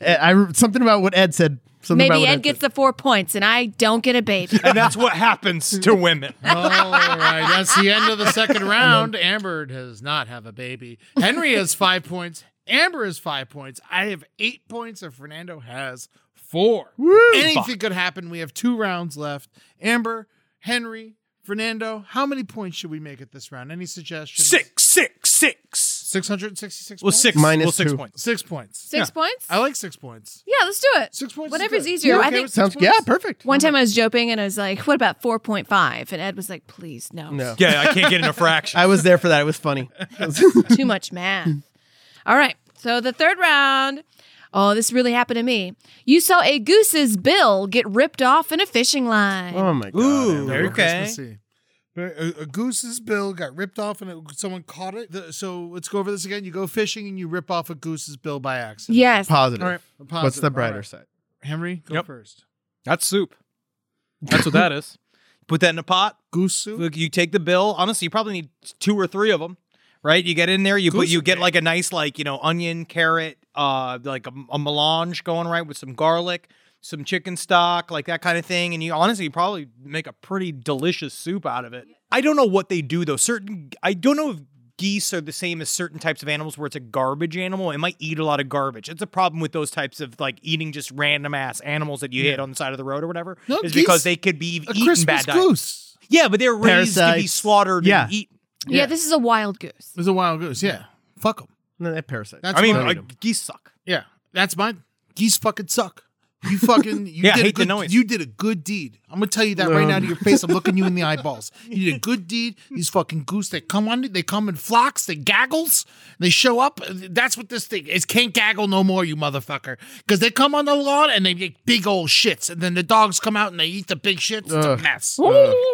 Speaker 5: Ed- I, re- something about what Ed said. Something about
Speaker 2: Maybe
Speaker 5: what
Speaker 2: Ed gets the four points and I don't get a
Speaker 5: <laughs>
Speaker 2: baby. <laughs>
Speaker 1: and that's what happens to women.
Speaker 3: All right, that's the end of the <laughs> second round. Amber does not have a baby. Henry has <laughs> five points. Amber has five points. I have eight points, and Fernando has four. Anything could happen. We have two rounds left. Amber, Henry, Fernando. How many points should we make at this round? Any suggestions?
Speaker 1: Six, six, six.
Speaker 3: Six hundred and sixty-six.
Speaker 1: Well, six.
Speaker 5: Minus
Speaker 1: well, six
Speaker 5: two.
Speaker 1: points.
Speaker 3: Six points.
Speaker 2: Six points?
Speaker 3: I like six points.
Speaker 2: yeah, let's do it.
Speaker 3: Six points. is
Speaker 2: Whatever's
Speaker 3: good.
Speaker 2: easier.
Speaker 3: You
Speaker 2: I
Speaker 3: okay
Speaker 2: think
Speaker 3: with six
Speaker 5: Sounds
Speaker 3: points?
Speaker 5: yeah, perfect.
Speaker 2: one time I was joping and I was like, what about 4.5? And Ed was like, please, no.
Speaker 5: No.
Speaker 1: Yeah, I can't get in a fraction.
Speaker 5: I was there for that. It was funny.
Speaker 2: <laughs>
Speaker 5: <laughs>
Speaker 2: Too much math. All right. So the third round. Oh, this really happened to me. You saw a goose's bill get ripped off in a fishing line.
Speaker 5: Oh my god.
Speaker 1: Ooh,
Speaker 3: Very
Speaker 1: okay.
Speaker 3: Christmassy. A, a goose's bill got ripped off and it, someone caught it. The- so let's go over this again. You go fishing and you rip off a goose's bill by accident.
Speaker 2: yes.
Speaker 5: Positive.
Speaker 3: All right,
Speaker 5: What's
Speaker 3: positive.
Speaker 5: the
Speaker 3: All
Speaker 5: brighter
Speaker 3: right.
Speaker 5: side?
Speaker 3: Henry, go
Speaker 1: Yep.
Speaker 3: first.
Speaker 1: That's soup. That's what that is. Put that in a pot.
Speaker 3: Goose soup.
Speaker 1: Look, you take the bill. Honestly, you probably need two or three of them, right? You get in there, you put,
Speaker 3: Goose
Speaker 1: you
Speaker 3: and
Speaker 1: get like a nice like you know onion, carrot, uh, like a, a melange going right with some garlic, some chicken stock, like that kind of thing. And you honestly you probably make a pretty delicious soup out of it. I don't know what they do though. Certain I don't know if geese are the same as certain types of animals where it's a garbage animal. It might eat a lot of garbage. It's a problem with those types of like eating just random ass animals that you hit on the side of the road or whatever.
Speaker 3: No,
Speaker 1: is because
Speaker 3: geese-
Speaker 1: they could be
Speaker 3: A
Speaker 1: eaten
Speaker 3: Christmas
Speaker 1: bad diet.
Speaker 3: goose.
Speaker 1: Yeah, but they're raised to be
Speaker 5: Parasites.
Speaker 1: slaughtered
Speaker 5: Yeah.
Speaker 1: and eaten.
Speaker 2: yeah. this is a wild goose.
Speaker 3: It's a wild goose. Yeah. Fuck them.
Speaker 5: No, that parasite.
Speaker 3: That's
Speaker 1: I mean,
Speaker 3: mine.
Speaker 1: uh, geese suck.
Speaker 3: yeah. That's mine. Geese fucking suck. You
Speaker 1: <laughs>
Speaker 3: fucking you
Speaker 1: Yeah, I
Speaker 3: did a
Speaker 1: hate the
Speaker 3: good,
Speaker 1: noise.
Speaker 3: you did a good deed. I'm gonna tell you that right now to your face. I'm looking you in the
Speaker 1: <laughs>
Speaker 3: eyeballs. You did a good deed. These fucking goose, they come on they come in flocks, they gaggles, they show up. That's what this thing is. Can't gaggle no more, you motherfucker. Because they come on the lawn and they make big old shits, and then the dogs come out and they eat the big shits. It's a
Speaker 5: Ugh.
Speaker 3: mess.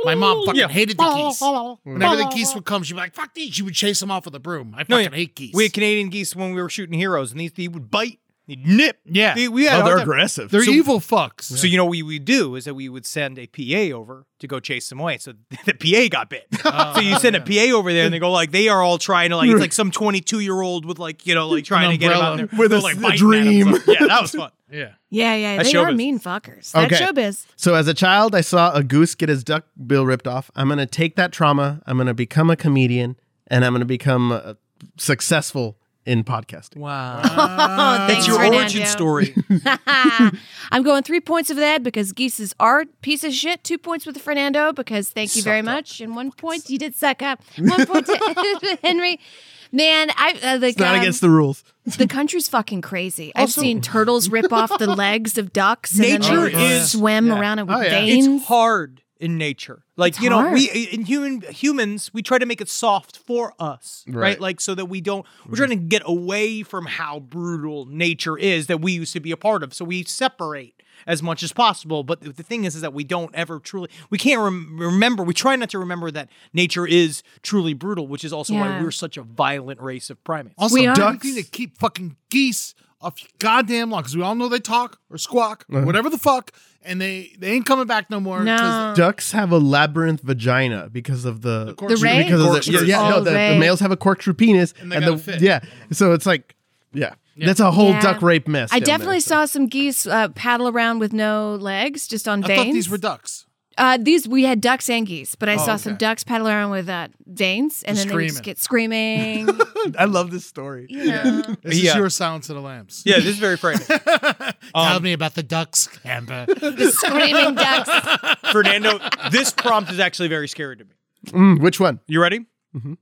Speaker 3: My mom fucking
Speaker 1: Yeah.
Speaker 3: hated the
Speaker 1: <laughs>
Speaker 3: geese. Whenever the geese would come, she'd be like, "Fuck these!" She would chase them off with a broom. I fucking
Speaker 1: yeah.
Speaker 3: hate geese.
Speaker 1: We had Canadian geese when we were shooting heroes, and these they would bite, they'd nip.
Speaker 3: Yeah.
Speaker 1: They- we had a hard time.
Speaker 5: aggressive.
Speaker 3: They're
Speaker 1: So-
Speaker 3: evil fucks.
Speaker 1: So you know what we would do is that we would send a PA over to go chase them away. So <laughs> the PA got bit. so you send a PA over there, and they go like they are all trying to like it's like some twenty two year old with like you know like trying to get him out
Speaker 3: umbrella.
Speaker 1: there
Speaker 5: With
Speaker 1: They're,
Speaker 5: a
Speaker 1: like
Speaker 5: s- a
Speaker 1: biting at him.
Speaker 5: dream.
Speaker 1: So- yeah, that was fun.
Speaker 3: yeah.
Speaker 2: Yeah, yeah.
Speaker 1: That's
Speaker 2: they are
Speaker 1: showbiz.
Speaker 2: mean fuckers. That's
Speaker 5: Okay.
Speaker 2: showbiz.
Speaker 5: <laughs> So as a child, I saw a goose get his duck bill ripped off. I'm going to take that trauma. I'm going to become a comedian, and I'm going to become a uh, successful in podcasting.
Speaker 3: Wow.
Speaker 2: Oh, thanks,
Speaker 1: it's your
Speaker 2: Fernando.
Speaker 1: origin <laughs> story.
Speaker 2: <laughs> I'm going three points with that because Geese is art piece of shit. Two points with Fernando because thank you very much, and one point you did suck up. One point to <laughs> Henry. Man, I uh, like
Speaker 5: It's not
Speaker 2: um,
Speaker 5: against the rules.
Speaker 2: the country's fucking crazy. I've seen turtles rip off the legs of ducks. and then
Speaker 1: Nature
Speaker 2: they
Speaker 1: is-
Speaker 2: swim around it with
Speaker 5: Oh, yeah.
Speaker 2: veins.
Speaker 1: it's hard in nature. Like
Speaker 2: It's
Speaker 1: you know, we
Speaker 2: hard.
Speaker 1: in human humans we try to make it soft for us, right? Mm-hmm.
Speaker 5: Right.
Speaker 1: Like so that we don't. We're trying to get away from how brutal nature is that we used to be a part of. So we separate as much as possible. But the thing is, is that we don't ever truly. We can't rem- remember. We try not to remember that nature is truly brutal, which is also
Speaker 2: Yeah.
Speaker 1: why we're such a violent race of primates.
Speaker 3: Also,
Speaker 2: We are-
Speaker 3: ducks. You need to keep fucking geese off your goddamn lawn because we all know they talk or squawk,
Speaker 5: Uh-huh.
Speaker 3: or whatever the fuck, and they they ain't coming back no more. 'cause-
Speaker 2: no,
Speaker 5: Ducks have a labyrinth vagina because of the,
Speaker 2: The
Speaker 3: corkscrew.
Speaker 2: ray?
Speaker 5: because of the,
Speaker 3: Corkscrew.
Speaker 5: yeah, no,
Speaker 2: Oh,
Speaker 5: the, the
Speaker 2: ray.
Speaker 5: males have a corkscrew penis
Speaker 3: And they gotta
Speaker 5: the
Speaker 3: fit.
Speaker 5: yeah. So it's like yeah, that's a whole
Speaker 2: Yeah.
Speaker 5: duck rape mess.
Speaker 2: I
Speaker 5: down there,
Speaker 2: definitely
Speaker 5: so.
Speaker 2: saw some geese uh, paddle around with no legs, just on
Speaker 3: I
Speaker 2: veins.
Speaker 3: thought these were ducks.
Speaker 2: Uh, these we had ducks and geese,
Speaker 1: Oh,
Speaker 2: but I saw some ducks paddle around with uh, veins, and
Speaker 3: Just
Speaker 2: then they just
Speaker 3: screaming.
Speaker 2: get screaming.
Speaker 1: <laughs>
Speaker 5: I love this story.
Speaker 2: you know.
Speaker 3: This
Speaker 1: Yeah.
Speaker 3: is your Silence of the Lambs.
Speaker 1: yeah, this is very frightening. <laughs> Um,
Speaker 3: Tell
Speaker 5: um,
Speaker 3: me about the ducks,
Speaker 5: <laughs>
Speaker 3: Amber.
Speaker 2: screaming ducks.
Speaker 1: Fernando, this prompt is actually very scary to me.
Speaker 5: Mm, which one?
Speaker 1: You ready? Mm-hmm.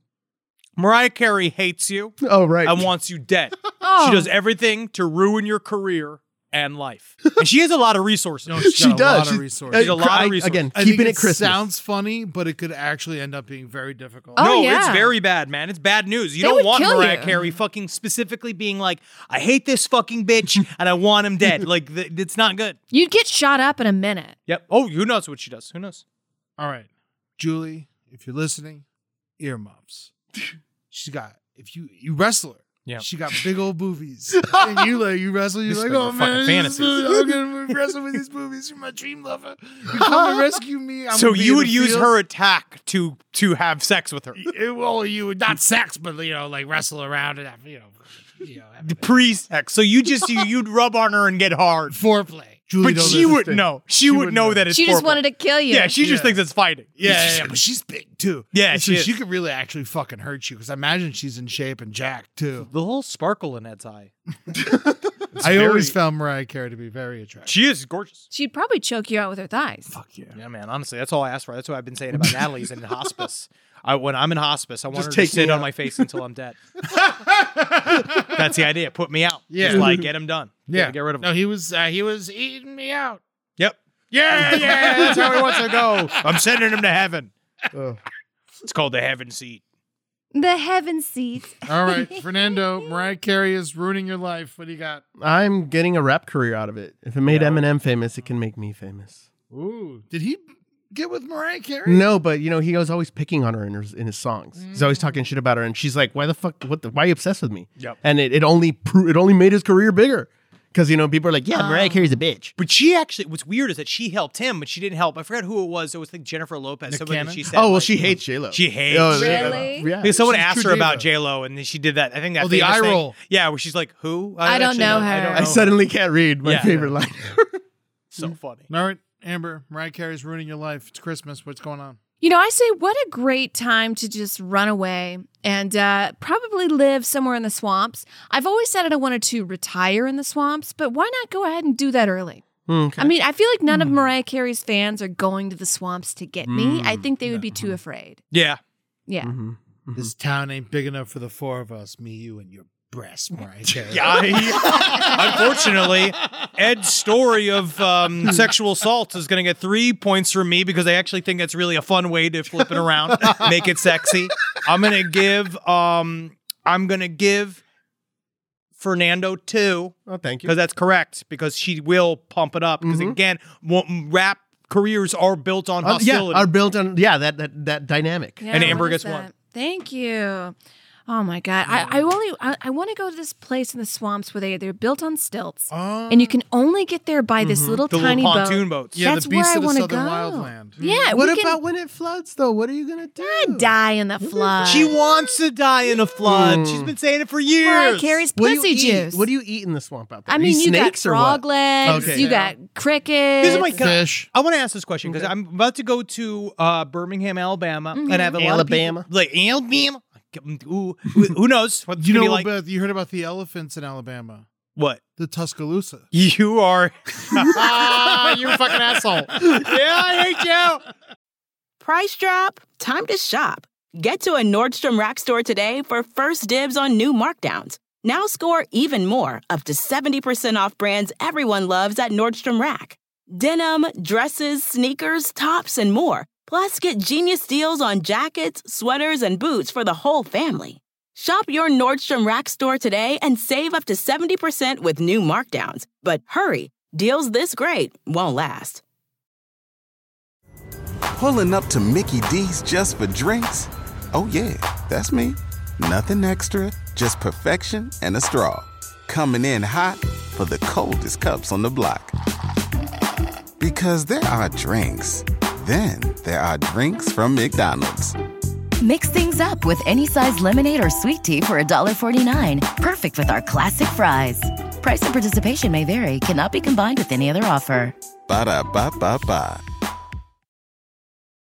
Speaker 1: Mariah Carey hates you
Speaker 5: Oh right.
Speaker 1: and wants you
Speaker 3: <laughs>
Speaker 1: dead.
Speaker 2: Oh,
Speaker 1: She does everything to ruin your career and life. And she has a lot of resources.
Speaker 3: <laughs> No, she's
Speaker 5: she
Speaker 3: got a
Speaker 5: does.
Speaker 3: lot of
Speaker 5: She's-
Speaker 3: resources.
Speaker 5: uh,
Speaker 1: She's a lot of
Speaker 5: I-
Speaker 1: resources.
Speaker 5: Again,
Speaker 3: I
Speaker 5: keeping
Speaker 3: think
Speaker 5: it Christmas.
Speaker 3: sounds funny, but it could actually end up being very difficult.
Speaker 2: Oh,
Speaker 1: no, it's
Speaker 2: yeah.
Speaker 1: very bad, man. It's bad news. You
Speaker 2: They
Speaker 1: don't
Speaker 2: would
Speaker 1: want
Speaker 2: kill
Speaker 1: Mariah
Speaker 2: you.
Speaker 1: Carey fucking specifically being like, I hate this fucking bitch and I want him <laughs> dead. Like, th- it's not good.
Speaker 2: you'd get shot up in a minute.
Speaker 1: Yep. Oh, who knows what she does? Who knows?
Speaker 3: All right. Julie, if you're listening, <laughs> earmuffs. She's got if you you wrestle her.
Speaker 1: Yeah.
Speaker 3: She got big old <laughs> boobies. and you like you wrestle, you're
Speaker 1: This
Speaker 3: like,
Speaker 1: is like
Speaker 3: oh
Speaker 1: a
Speaker 3: man,
Speaker 1: fucking
Speaker 3: this is-
Speaker 1: fantasy."
Speaker 3: I'm <laughs> gonna wrestle with these boobies. You're my dream lover. You come and rescue me. I'm
Speaker 1: so
Speaker 3: gonna be
Speaker 1: you
Speaker 3: in
Speaker 1: would
Speaker 3: the
Speaker 1: use
Speaker 3: field." <laughs>
Speaker 1: her attack to to have sex with her.
Speaker 3: It- well, you would not sex, but you know, like wrestle around and have, you know, you know, have
Speaker 1: Pre-sex. So you just, you, you'd rub on her and get hard.
Speaker 3: foreplay. Julie
Speaker 1: but
Speaker 3: don't
Speaker 1: she would
Speaker 3: understand.
Speaker 1: know. She, would,
Speaker 3: would
Speaker 1: know,
Speaker 3: know.
Speaker 1: that it's
Speaker 2: she just
Speaker 1: foreplay.
Speaker 2: wanted to kill you.
Speaker 1: Yeah, she just
Speaker 3: Yeah.
Speaker 1: thinks it's fighting.
Speaker 3: Yeah, yeah, yeah, but she's big too.
Speaker 1: Yeah,
Speaker 3: And
Speaker 1: she
Speaker 3: so
Speaker 1: is.
Speaker 3: she could really actually fucking hurt you because I imagine she's in shape and Jack too.
Speaker 1: The whole sparkle in Ed's eye.
Speaker 3: I always
Speaker 1: very-
Speaker 3: found Mariah Carey to be very attractive.
Speaker 1: She is gorgeous.
Speaker 2: She'd probably choke you out with her thighs.
Speaker 3: <laughs>
Speaker 1: Yeah, man. Honestly, that's all I asked for. That's what I've been saying about Natalie's <laughs> in hospice. I, when I'm in hospice, I want
Speaker 5: Just
Speaker 1: her
Speaker 5: take
Speaker 1: to sit
Speaker 5: me
Speaker 1: on
Speaker 5: out.
Speaker 1: my face until I'm <laughs> dead. <laughs> that's the idea. Put me out.
Speaker 3: Yeah.
Speaker 1: Just like get him done.
Speaker 3: Yeah,
Speaker 1: Get rid of him.
Speaker 3: No, he was uh, he was eating me out.
Speaker 1: Yep. Yeah, yeah. That's how he wants to go. I'm sending him to heaven. <laughs>
Speaker 5: Ugh.
Speaker 1: It's called the heaven seat.
Speaker 2: The heaven seats.
Speaker 3: All right, Fernando, Mariah Carey is ruining your life. What do you got?
Speaker 5: I'm getting a rap career out of it. If it made Eminem famous, it can make me famous.
Speaker 3: Ooh, did he get with Mariah Carey?
Speaker 5: No, but you know he was always picking on her in his in his songs. He's always
Speaker 3: Mm.
Speaker 5: talking shit about her, and she's like, "Why the fuck? What? The, why are you obsessed with me?"
Speaker 1: Yep.
Speaker 5: And it, it only pro- it only made his career bigger because you know people are like, "Yeah,
Speaker 3: Ah.
Speaker 5: Mariah Carey's a bitch."
Speaker 1: But she actually, what's weird is that she helped him, but she didn't help. I forgot who it was. It was like Jennifer Lopez.
Speaker 3: Nick
Speaker 1: Someone that
Speaker 3: Cannon?
Speaker 1: she said,
Speaker 5: Oh well,
Speaker 1: like-
Speaker 5: she hates J Lo.
Speaker 1: She hates Oh,
Speaker 2: J-Lo. Really?
Speaker 5: Yeah.
Speaker 1: Because someone
Speaker 3: she's
Speaker 1: asked
Speaker 3: true
Speaker 1: her about J
Speaker 3: diva.
Speaker 1: Lo, and then she did that. I think that
Speaker 3: Oh, the
Speaker 1: famous
Speaker 3: eye
Speaker 1: thing-
Speaker 3: roll.
Speaker 1: Yeah, where she's like, "Who?
Speaker 2: I don't
Speaker 1: actually
Speaker 2: know
Speaker 1: I
Speaker 2: her.
Speaker 1: don't
Speaker 5: I
Speaker 1: know.
Speaker 5: suddenly can't read my
Speaker 1: Yeah.
Speaker 5: favorite line.
Speaker 1: so funny.
Speaker 3: All right, Amber, Mariah Carey's ruining your life. It's Christmas. What's going on?
Speaker 2: You know, I say what a great time to just run away and uh, probably live somewhere in the swamps. I've always said that I wanted to retire in the swamps, but why not go ahead and do that early?
Speaker 5: Hmm,
Speaker 2: I mean, I feel like none of
Speaker 1: Mm-hmm.
Speaker 2: Mariah Carey's fans are going to the swamps to get me.
Speaker 1: Mm,
Speaker 2: I think they would be too afraid.
Speaker 1: Yeah,
Speaker 2: Yeah.
Speaker 3: This town ain't big enough for the four of us. Me, you, and your breast, Mariah Carey.
Speaker 1: yeah. I- unfortunately, Ed's story of um, sexual assault is going to get three points from me because I actually think that's really a fun way to flip it around, make it sexy. I'm gonna give. Um, I'm gonna give Fernando two.
Speaker 5: oh, thank
Speaker 1: because
Speaker 5: you.
Speaker 1: that's correct because she will pump it up because again wo- rap careers are built on
Speaker 5: Uh, yeah,
Speaker 1: hostility
Speaker 5: are built on yeah that that that dynamic.
Speaker 2: Yeah,
Speaker 1: And
Speaker 2: what
Speaker 1: Amber
Speaker 2: is
Speaker 1: gets one.
Speaker 2: that? Thank you. Oh my god, I, I only I, I want to go to this place in the swamps where they they're built on stilts, and you can only get there by this little
Speaker 1: the
Speaker 2: tiny
Speaker 1: little
Speaker 2: boat.
Speaker 1: pontoon boats
Speaker 3: Yeah, the
Speaker 2: That's
Speaker 3: Beast
Speaker 2: where I
Speaker 3: of the
Speaker 2: want to go.
Speaker 3: Southern Wildland.
Speaker 2: Yeah,
Speaker 5: Mm-hmm. What
Speaker 2: we can- Ah,
Speaker 5: about when it floods though? What are you gonna do?
Speaker 2: I die in the flood?
Speaker 1: she wants to die in a flood
Speaker 3: Mm.
Speaker 1: she's been saying it for years
Speaker 2: Mariah Carey's
Speaker 5: What do you
Speaker 2: pussy
Speaker 5: eat?
Speaker 2: juice.
Speaker 5: What do you eat in the swamp out there?
Speaker 2: I mean,
Speaker 5: Eat
Speaker 2: you got
Speaker 5: snakes or what?
Speaker 2: frog legs.
Speaker 5: Okay.
Speaker 2: You got crickets.
Speaker 1: This is my
Speaker 3: Fish.
Speaker 1: I want to ask this question because I'm about to go to uh, Birmingham, Alabama, and I have a lot of
Speaker 5: Alabama.
Speaker 1: people, like Alabama. I Ooh, who who knows? What's
Speaker 3: You
Speaker 1: gonna
Speaker 3: know,
Speaker 1: be like?
Speaker 3: about, you heard about the elephants in Alabama,
Speaker 1: What?
Speaker 3: the Tuscaloosa.
Speaker 1: You are. <laughs>
Speaker 3: ah, you fucking asshole.
Speaker 1: yeah, I hate you.
Speaker 6: Price drop? Time to shop. Get to a Nordstrom Rack store today for first dibs on new markdowns. Now score even more, up to 70% off brands everyone loves at Nordstrom Rack. Denim, dresses, sneakers, tops, and more. Plus, get genius deals on jackets, sweaters, and boots for the whole family. Shop your Nordstrom Rack store today and save up to 70% with new markdowns. But hurry, deals this great won't last.
Speaker 7: Pulling up to Mickey D's just for drinks? Oh, yeah, that's me. Nothing extra, just perfection and a straw. Coming in hot for the coldest cups on the block. Because there are drinks, then there are drinks from McDonald's.
Speaker 8: Mix things up with any size lemonade or sweet tea for $1.49. Perfect with our classic fries. Price and participation may vary, cannot be combined with any other offer.
Speaker 7: Ba da ba ba ba.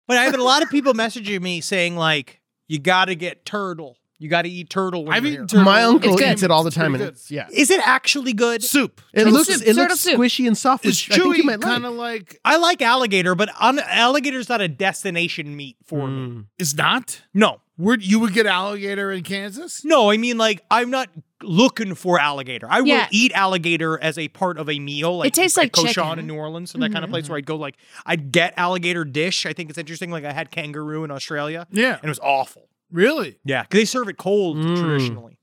Speaker 1: But I have a lot of people messaging me saying like, "You got to get turtle. You got to eat turtle." When
Speaker 3: I've
Speaker 1: you're
Speaker 3: eaten
Speaker 1: here."
Speaker 3: turtle.
Speaker 5: My uncle
Speaker 3: It's good.
Speaker 5: eats it all the
Speaker 3: It's
Speaker 5: time, and
Speaker 3: pretty
Speaker 5: it's yeah.
Speaker 1: Is it actually good?
Speaker 3: Soup.
Speaker 5: It
Speaker 2: Turtle
Speaker 5: looks
Speaker 2: soup,
Speaker 5: it
Speaker 2: turtle
Speaker 5: looks
Speaker 2: soup.
Speaker 5: squishy and soft,
Speaker 3: It's
Speaker 5: which I think you might
Speaker 3: chewy,
Speaker 5: like.
Speaker 3: kind of like.
Speaker 1: I like alligator, but on, alligator's not a destination meat for me.
Speaker 3: It's not.
Speaker 1: No,
Speaker 3: Would you would get alligator in Kansas?
Speaker 1: no. I mean, like, I'm not looking for alligator. I will
Speaker 2: Yeah.
Speaker 1: eat alligator as a part of a meal. Like,
Speaker 2: tastes
Speaker 1: at
Speaker 2: like
Speaker 1: Cochon
Speaker 2: chicken. Mm-hmm,
Speaker 1: in New Orleans, so that kind of place where I'd go. Like, I'd get alligator dish. I think it's interesting. Like, I had kangaroo in Australia,
Speaker 3: Yeah.
Speaker 1: and it was awful.
Speaker 3: Really?
Speaker 1: Yeah, because they serve it cold
Speaker 3: Mm.
Speaker 1: traditionally.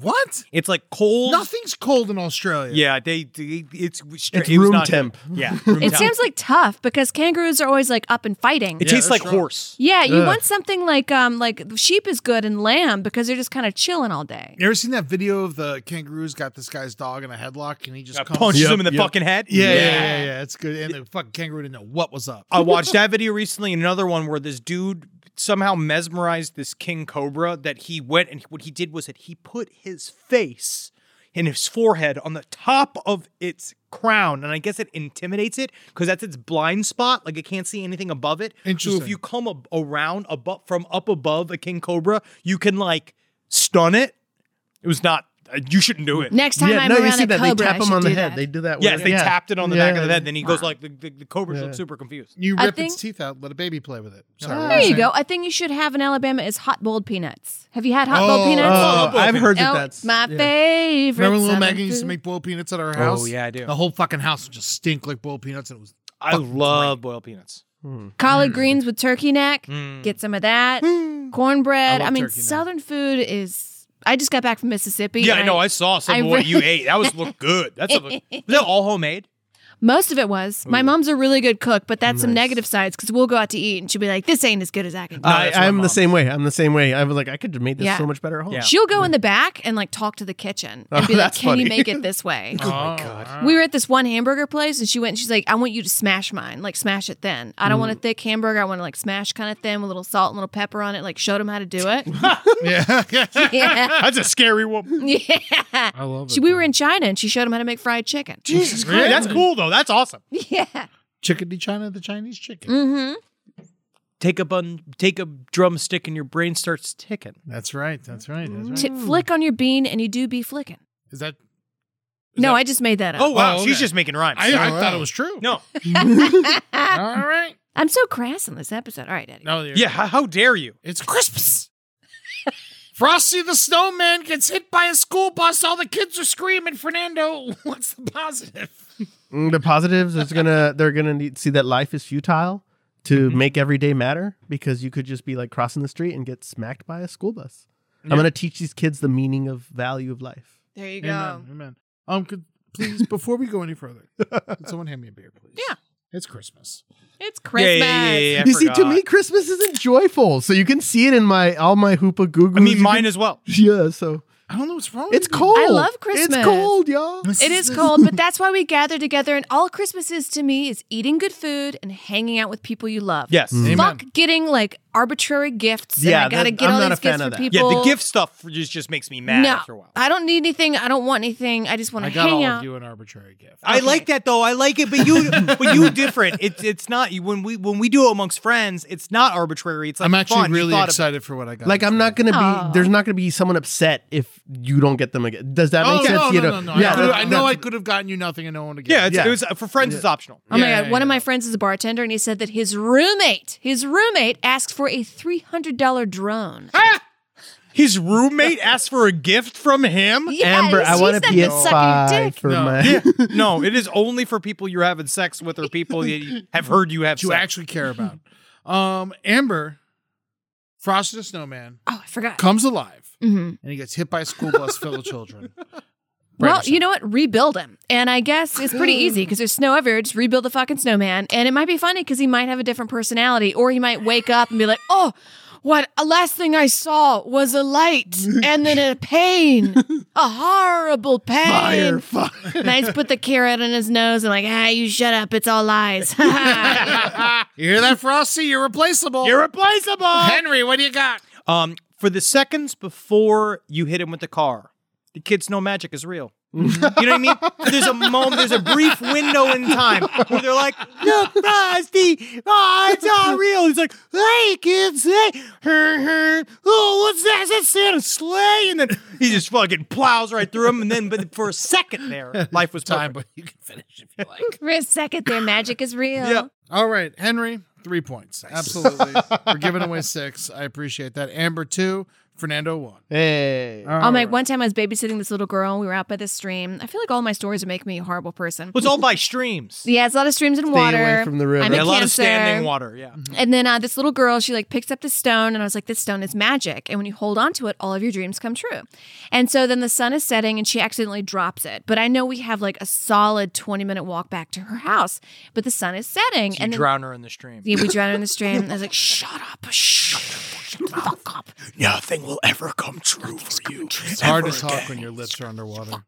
Speaker 3: What?
Speaker 1: It's like cold.
Speaker 3: Nothing's cold in Australia.
Speaker 1: Yeah, they, they it's
Speaker 5: It's
Speaker 1: it was
Speaker 5: room
Speaker 1: not good.
Speaker 5: temp.
Speaker 2: <laughs>
Speaker 1: Yeah, room
Speaker 2: It
Speaker 1: temp.
Speaker 2: sounds like tough because kangaroos are always like up and fighting.
Speaker 1: It
Speaker 3: Yeah,
Speaker 1: tastes like
Speaker 3: that's wrong.
Speaker 1: horse.
Speaker 2: yeah, you
Speaker 5: Ugh.
Speaker 2: want something like um like sheep is good and lamb because they're just kind of chilling all day.
Speaker 3: You ever seen that video of the kangaroos got this guy's dog in a headlock and he just
Speaker 1: That
Speaker 3: comes-
Speaker 1: punches
Speaker 3: Yep,
Speaker 1: him in the
Speaker 3: yep.
Speaker 1: fucking head.
Speaker 3: Yeah, yeah, yeah, yeah, It's good. And the fucking kangaroo didn't know what was up.
Speaker 1: I watched that video recently and another one where this dude somehow mesmerized this king cobra that he went and what he did was that he put his face and his forehead on the top of its crown and I guess it intimidates it because that's its blind spot like it can't see anything above it. So
Speaker 3: Interesting.
Speaker 1: if you come ab- around above from up above a king cobra, you can like stun it. It was not uh, you shouldn't do it.
Speaker 2: Next time
Speaker 5: yeah,
Speaker 2: I'm
Speaker 5: no,
Speaker 2: around
Speaker 5: you see
Speaker 2: a
Speaker 5: that
Speaker 2: cobra,
Speaker 5: they
Speaker 2: I
Speaker 5: tap him
Speaker 2: should
Speaker 5: on the
Speaker 2: do
Speaker 5: head.
Speaker 2: that.
Speaker 5: They do that.
Speaker 1: Yes,
Speaker 5: with-
Speaker 1: they
Speaker 5: yeah.
Speaker 1: tapped it on the back of
Speaker 5: Yeah.
Speaker 1: the head. Then he goes like the, the, the cobra
Speaker 5: Yeah.
Speaker 1: looks super confused.
Speaker 3: You
Speaker 2: I
Speaker 3: rip
Speaker 2: think-
Speaker 3: its teeth out, let a baby play with it. Sorry, what
Speaker 2: There
Speaker 3: was I
Speaker 2: you
Speaker 3: saying?
Speaker 2: go. I think you should have in Alabama is hot boiled peanuts. Have you had hot
Speaker 3: Oh,
Speaker 2: boiled peanuts?
Speaker 5: Oh, I've heard that
Speaker 2: Oh,
Speaker 5: that's
Speaker 2: my
Speaker 5: yeah.
Speaker 2: favorite.
Speaker 3: Remember little
Speaker 2: southern
Speaker 3: Megan used to
Speaker 2: food.
Speaker 3: make boiled peanuts at our house?
Speaker 5: Oh,
Speaker 1: yeah, I do.
Speaker 3: The whole fucking house would just stink like boiled peanuts and it was
Speaker 1: I love boiled peanuts.
Speaker 2: collard greens with turkey neck. Get some of that. Cornbread.
Speaker 3: I
Speaker 2: I,
Speaker 3: love
Speaker 2: mean,
Speaker 3: turkey neck.
Speaker 2: southern food is. I just got back from Mississippi.
Speaker 1: Yeah, I
Speaker 2: and
Speaker 1: know. I saw some
Speaker 2: I
Speaker 1: of what
Speaker 2: re-
Speaker 1: you ate. That was looked good. That's a,
Speaker 2: <laughs>
Speaker 1: was that all homemade.
Speaker 2: Most of it was. My mom's a really good cook, but that's some negative sides because we'll go out to eat and she'll be like, "This ain't as good as I can." do."
Speaker 1: that's my
Speaker 5: Uh, I, I'm
Speaker 1: mom.
Speaker 5: the same way. I'm the same way. I was like, I could have made this
Speaker 2: Yeah.
Speaker 5: so much better at home.
Speaker 1: Yeah.
Speaker 2: She'll go in the back and like talk to the kitchen and be like,
Speaker 5: Oh, that's
Speaker 2: "Can you
Speaker 5: funny.
Speaker 2: make
Speaker 5: <laughs>
Speaker 2: it this way?"
Speaker 3: Oh my god.
Speaker 2: We were at this one hamburger place, and she went. and She's like, "I want you to smash mine, like smash it thin. I don't want a
Speaker 3: Mm.
Speaker 2: thick hamburger. I want to like smash kind of thin with a little salt and a little pepper on it. Like showed him how to do it.
Speaker 3: <laughs> Yeah.
Speaker 2: yeah,
Speaker 1: That's a scary woman.
Speaker 2: yeah.
Speaker 3: I <laughs> love it.
Speaker 2: She, we were in China, and she showed him how to make fried
Speaker 3: <laughs>
Speaker 2: chicken.
Speaker 1: Jesus Christ. That's cool though. That's awesome.
Speaker 2: yeah.
Speaker 3: <laughs> Chickadee China, the Chinese chicken.
Speaker 2: Mm-hmm.
Speaker 1: Take a bun, take a drumstick, and your brain starts ticking.
Speaker 3: That's right. That's right. That's right.
Speaker 2: T- flick on your bean, and you do be flicking.
Speaker 3: Is that
Speaker 2: No,
Speaker 3: that-
Speaker 2: I just made that up.
Speaker 1: Oh
Speaker 3: Oh,
Speaker 1: wow,
Speaker 3: okay.
Speaker 1: she's just making rhymes.
Speaker 3: I, I
Speaker 1: No.
Speaker 3: thought it was true.
Speaker 1: no,
Speaker 3: All right.
Speaker 2: I'm so crass on this episode. All right, Eddie.
Speaker 3: No, you're-
Speaker 1: yeah. How, how dare you?
Speaker 3: It's Christmas. Frosty the Snowman gets hit by a school bus. All the kids are screaming. Fernando, <laughs> what's the positive?
Speaker 5: Mm, The positives is gonna they're gonna need, see that life is futile to make every day matter because you could just be like crossing the street and get smacked by a school bus. I'm gonna teach these kids the meaning of value of life.
Speaker 2: There you go.
Speaker 3: Amen. Amen. Um, could please before we go any further, could someone hand me a beer, please?
Speaker 2: Yeah.
Speaker 3: It's Christmas.
Speaker 2: It's Christmas.
Speaker 1: I
Speaker 5: you see, to
Speaker 1: forgot.
Speaker 5: me, Christmas isn't joyful, so you can see it in my all my hoopa goo
Speaker 1: I mean, mine as well.
Speaker 5: yeah. So
Speaker 3: I don't know what's wrong.
Speaker 5: it's
Speaker 3: with me.
Speaker 5: cold.
Speaker 2: love Christmas.
Speaker 5: It's cold, y'all.
Speaker 3: This
Speaker 2: It is cold, but that's why we gather together. And all Christmas is to me is eating good food and hanging out with people you love.
Speaker 3: Mm.
Speaker 1: Yes.
Speaker 2: Fuck
Speaker 3: Amen.
Speaker 2: getting like arbitrary gifts.
Speaker 5: Yeah,
Speaker 2: and I gotta
Speaker 5: that-
Speaker 2: get
Speaker 5: I'm
Speaker 2: all
Speaker 5: not
Speaker 2: these
Speaker 5: a fan
Speaker 2: gifts
Speaker 5: of
Speaker 2: for
Speaker 5: that.
Speaker 1: <laughs> Yeah,
Speaker 2: people.
Speaker 1: the gift stuff just, just makes me mad after a
Speaker 2: No,
Speaker 1: while.
Speaker 2: I don't need anything. I don't want anything. I just want
Speaker 3: I
Speaker 2: to
Speaker 3: got
Speaker 2: hang
Speaker 3: all
Speaker 1: uh,
Speaker 2: out.
Speaker 3: of you an arbitrary gift.
Speaker 1: I like that though. I like it, but you, but <laughs> you different. It's it's not when we when we do it amongst friends. It's not arbitrary. It's like
Speaker 3: I'm actually
Speaker 1: fun. You
Speaker 3: really
Speaker 1: thought about-
Speaker 3: excited for what I got.
Speaker 5: Like I'm not gonna be.
Speaker 2: Aw.
Speaker 5: There's not gonna be someone upset if you don't get them again. Does that
Speaker 3: Oh
Speaker 5: make sense?
Speaker 3: no,
Speaker 5: you
Speaker 3: no, no,
Speaker 5: know?
Speaker 3: no! I, could've-
Speaker 5: that-
Speaker 3: I know I
Speaker 5: that-
Speaker 3: could have gotten you nothing, and no one to get.
Speaker 1: Yeah, it's,
Speaker 5: Yeah.
Speaker 1: it was uh, for friends. It's optional.
Speaker 2: Oh my
Speaker 3: Yeah,
Speaker 2: god! One of
Speaker 3: yeah.
Speaker 2: my friends is a bartender, and he said that his roommate, his roommate, asked for a three hundred dollar drone. <laughs>
Speaker 1: His roommate asked for a gift from him.
Speaker 2: Yes,
Speaker 5: Amber, I
Speaker 2: he's
Speaker 5: want a
Speaker 2: not been sucking your
Speaker 5: PS5
Speaker 2: dick.
Speaker 5: for
Speaker 3: No.
Speaker 5: my.
Speaker 3: <laughs>
Speaker 1: no, it is only for people you're having sex with or people that you have heard you have
Speaker 3: to
Speaker 1: sex.
Speaker 3: actually care about. Um, Amber, Frosty the Snowman,
Speaker 2: Oh, I forgot.
Speaker 3: comes alive,
Speaker 2: Mhm.
Speaker 1: Mm-hmm.
Speaker 3: and he gets hit by a school bus full of
Speaker 1: <laughs>
Speaker 3: children.
Speaker 2: Well,
Speaker 3: Brandon
Speaker 2: you know what? Rebuild him. And I guess it's pretty easy because there's snow everywhere. Just rebuild the fucking snowman. And it might be funny because he might have a different personality or he might wake up and be like, oh, what? A last thing I saw was a light and then a pain, a horrible pain.
Speaker 5: Fire, fire.
Speaker 2: And I just put the carrot in his nose and like, ah, you shut up. It's all lies. <laughs>
Speaker 3: you hear that, Frosty? You're replaceable.
Speaker 1: Irreplaceable.
Speaker 3: Henry. What do you got?
Speaker 1: Um, for the seconds before you hit him with the car, the kid's no magic is real.
Speaker 3: Mm-hmm.
Speaker 1: you know what I mean? There's a moment, there's a brief window in time where they're like, "Look, Frosty, oh, it's all real." He's like, "Hey, kids, hey, her, her, oh, what's that? Is that Santa's sleigh?" And then he just fucking plows right through him. And then, but for a
Speaker 3: <laughs>
Speaker 1: second there, life was
Speaker 3: Time,
Speaker 1: perfect.
Speaker 3: but you can finish if you like.
Speaker 2: For a second, their magic is real.
Speaker 1: Yeah.
Speaker 3: All right, Henry, three points.
Speaker 1: <laughs>
Speaker 3: Absolutely, we're giving away six. I appreciate that. Amber two, Fernando one.
Speaker 5: Hey.
Speaker 2: Oh my! One time I was babysitting this little girl. We were out by the stream. I feel like all my stories would make me a horrible person.
Speaker 1: It was all by streams.
Speaker 2: Yeah, it's a lot of streams and
Speaker 5: Stay away
Speaker 2: water.
Speaker 5: from the river.
Speaker 2: I'm
Speaker 1: And
Speaker 2: a,
Speaker 1: a Mm-hmm. lot
Speaker 2: cancer.
Speaker 1: of standing water. Yeah.
Speaker 2: And then uh, this little girl, she like picks up the stone, and I was like, this stone is magic. And when you hold on to it, all of your dreams come true. And so then the sun is setting, and she accidentally drops it. But I know we have like a solid 20 minute walk back to her house, but the sun is setting.
Speaker 1: You
Speaker 2: and then-
Speaker 1: drown her in the stream.
Speaker 2: yeah, we drown her in the stream. And I was like, <laughs> shut up, shut the fuck up.
Speaker 1: Nothing will ever come true for you.
Speaker 3: It's hard to talk when your lips are underwater.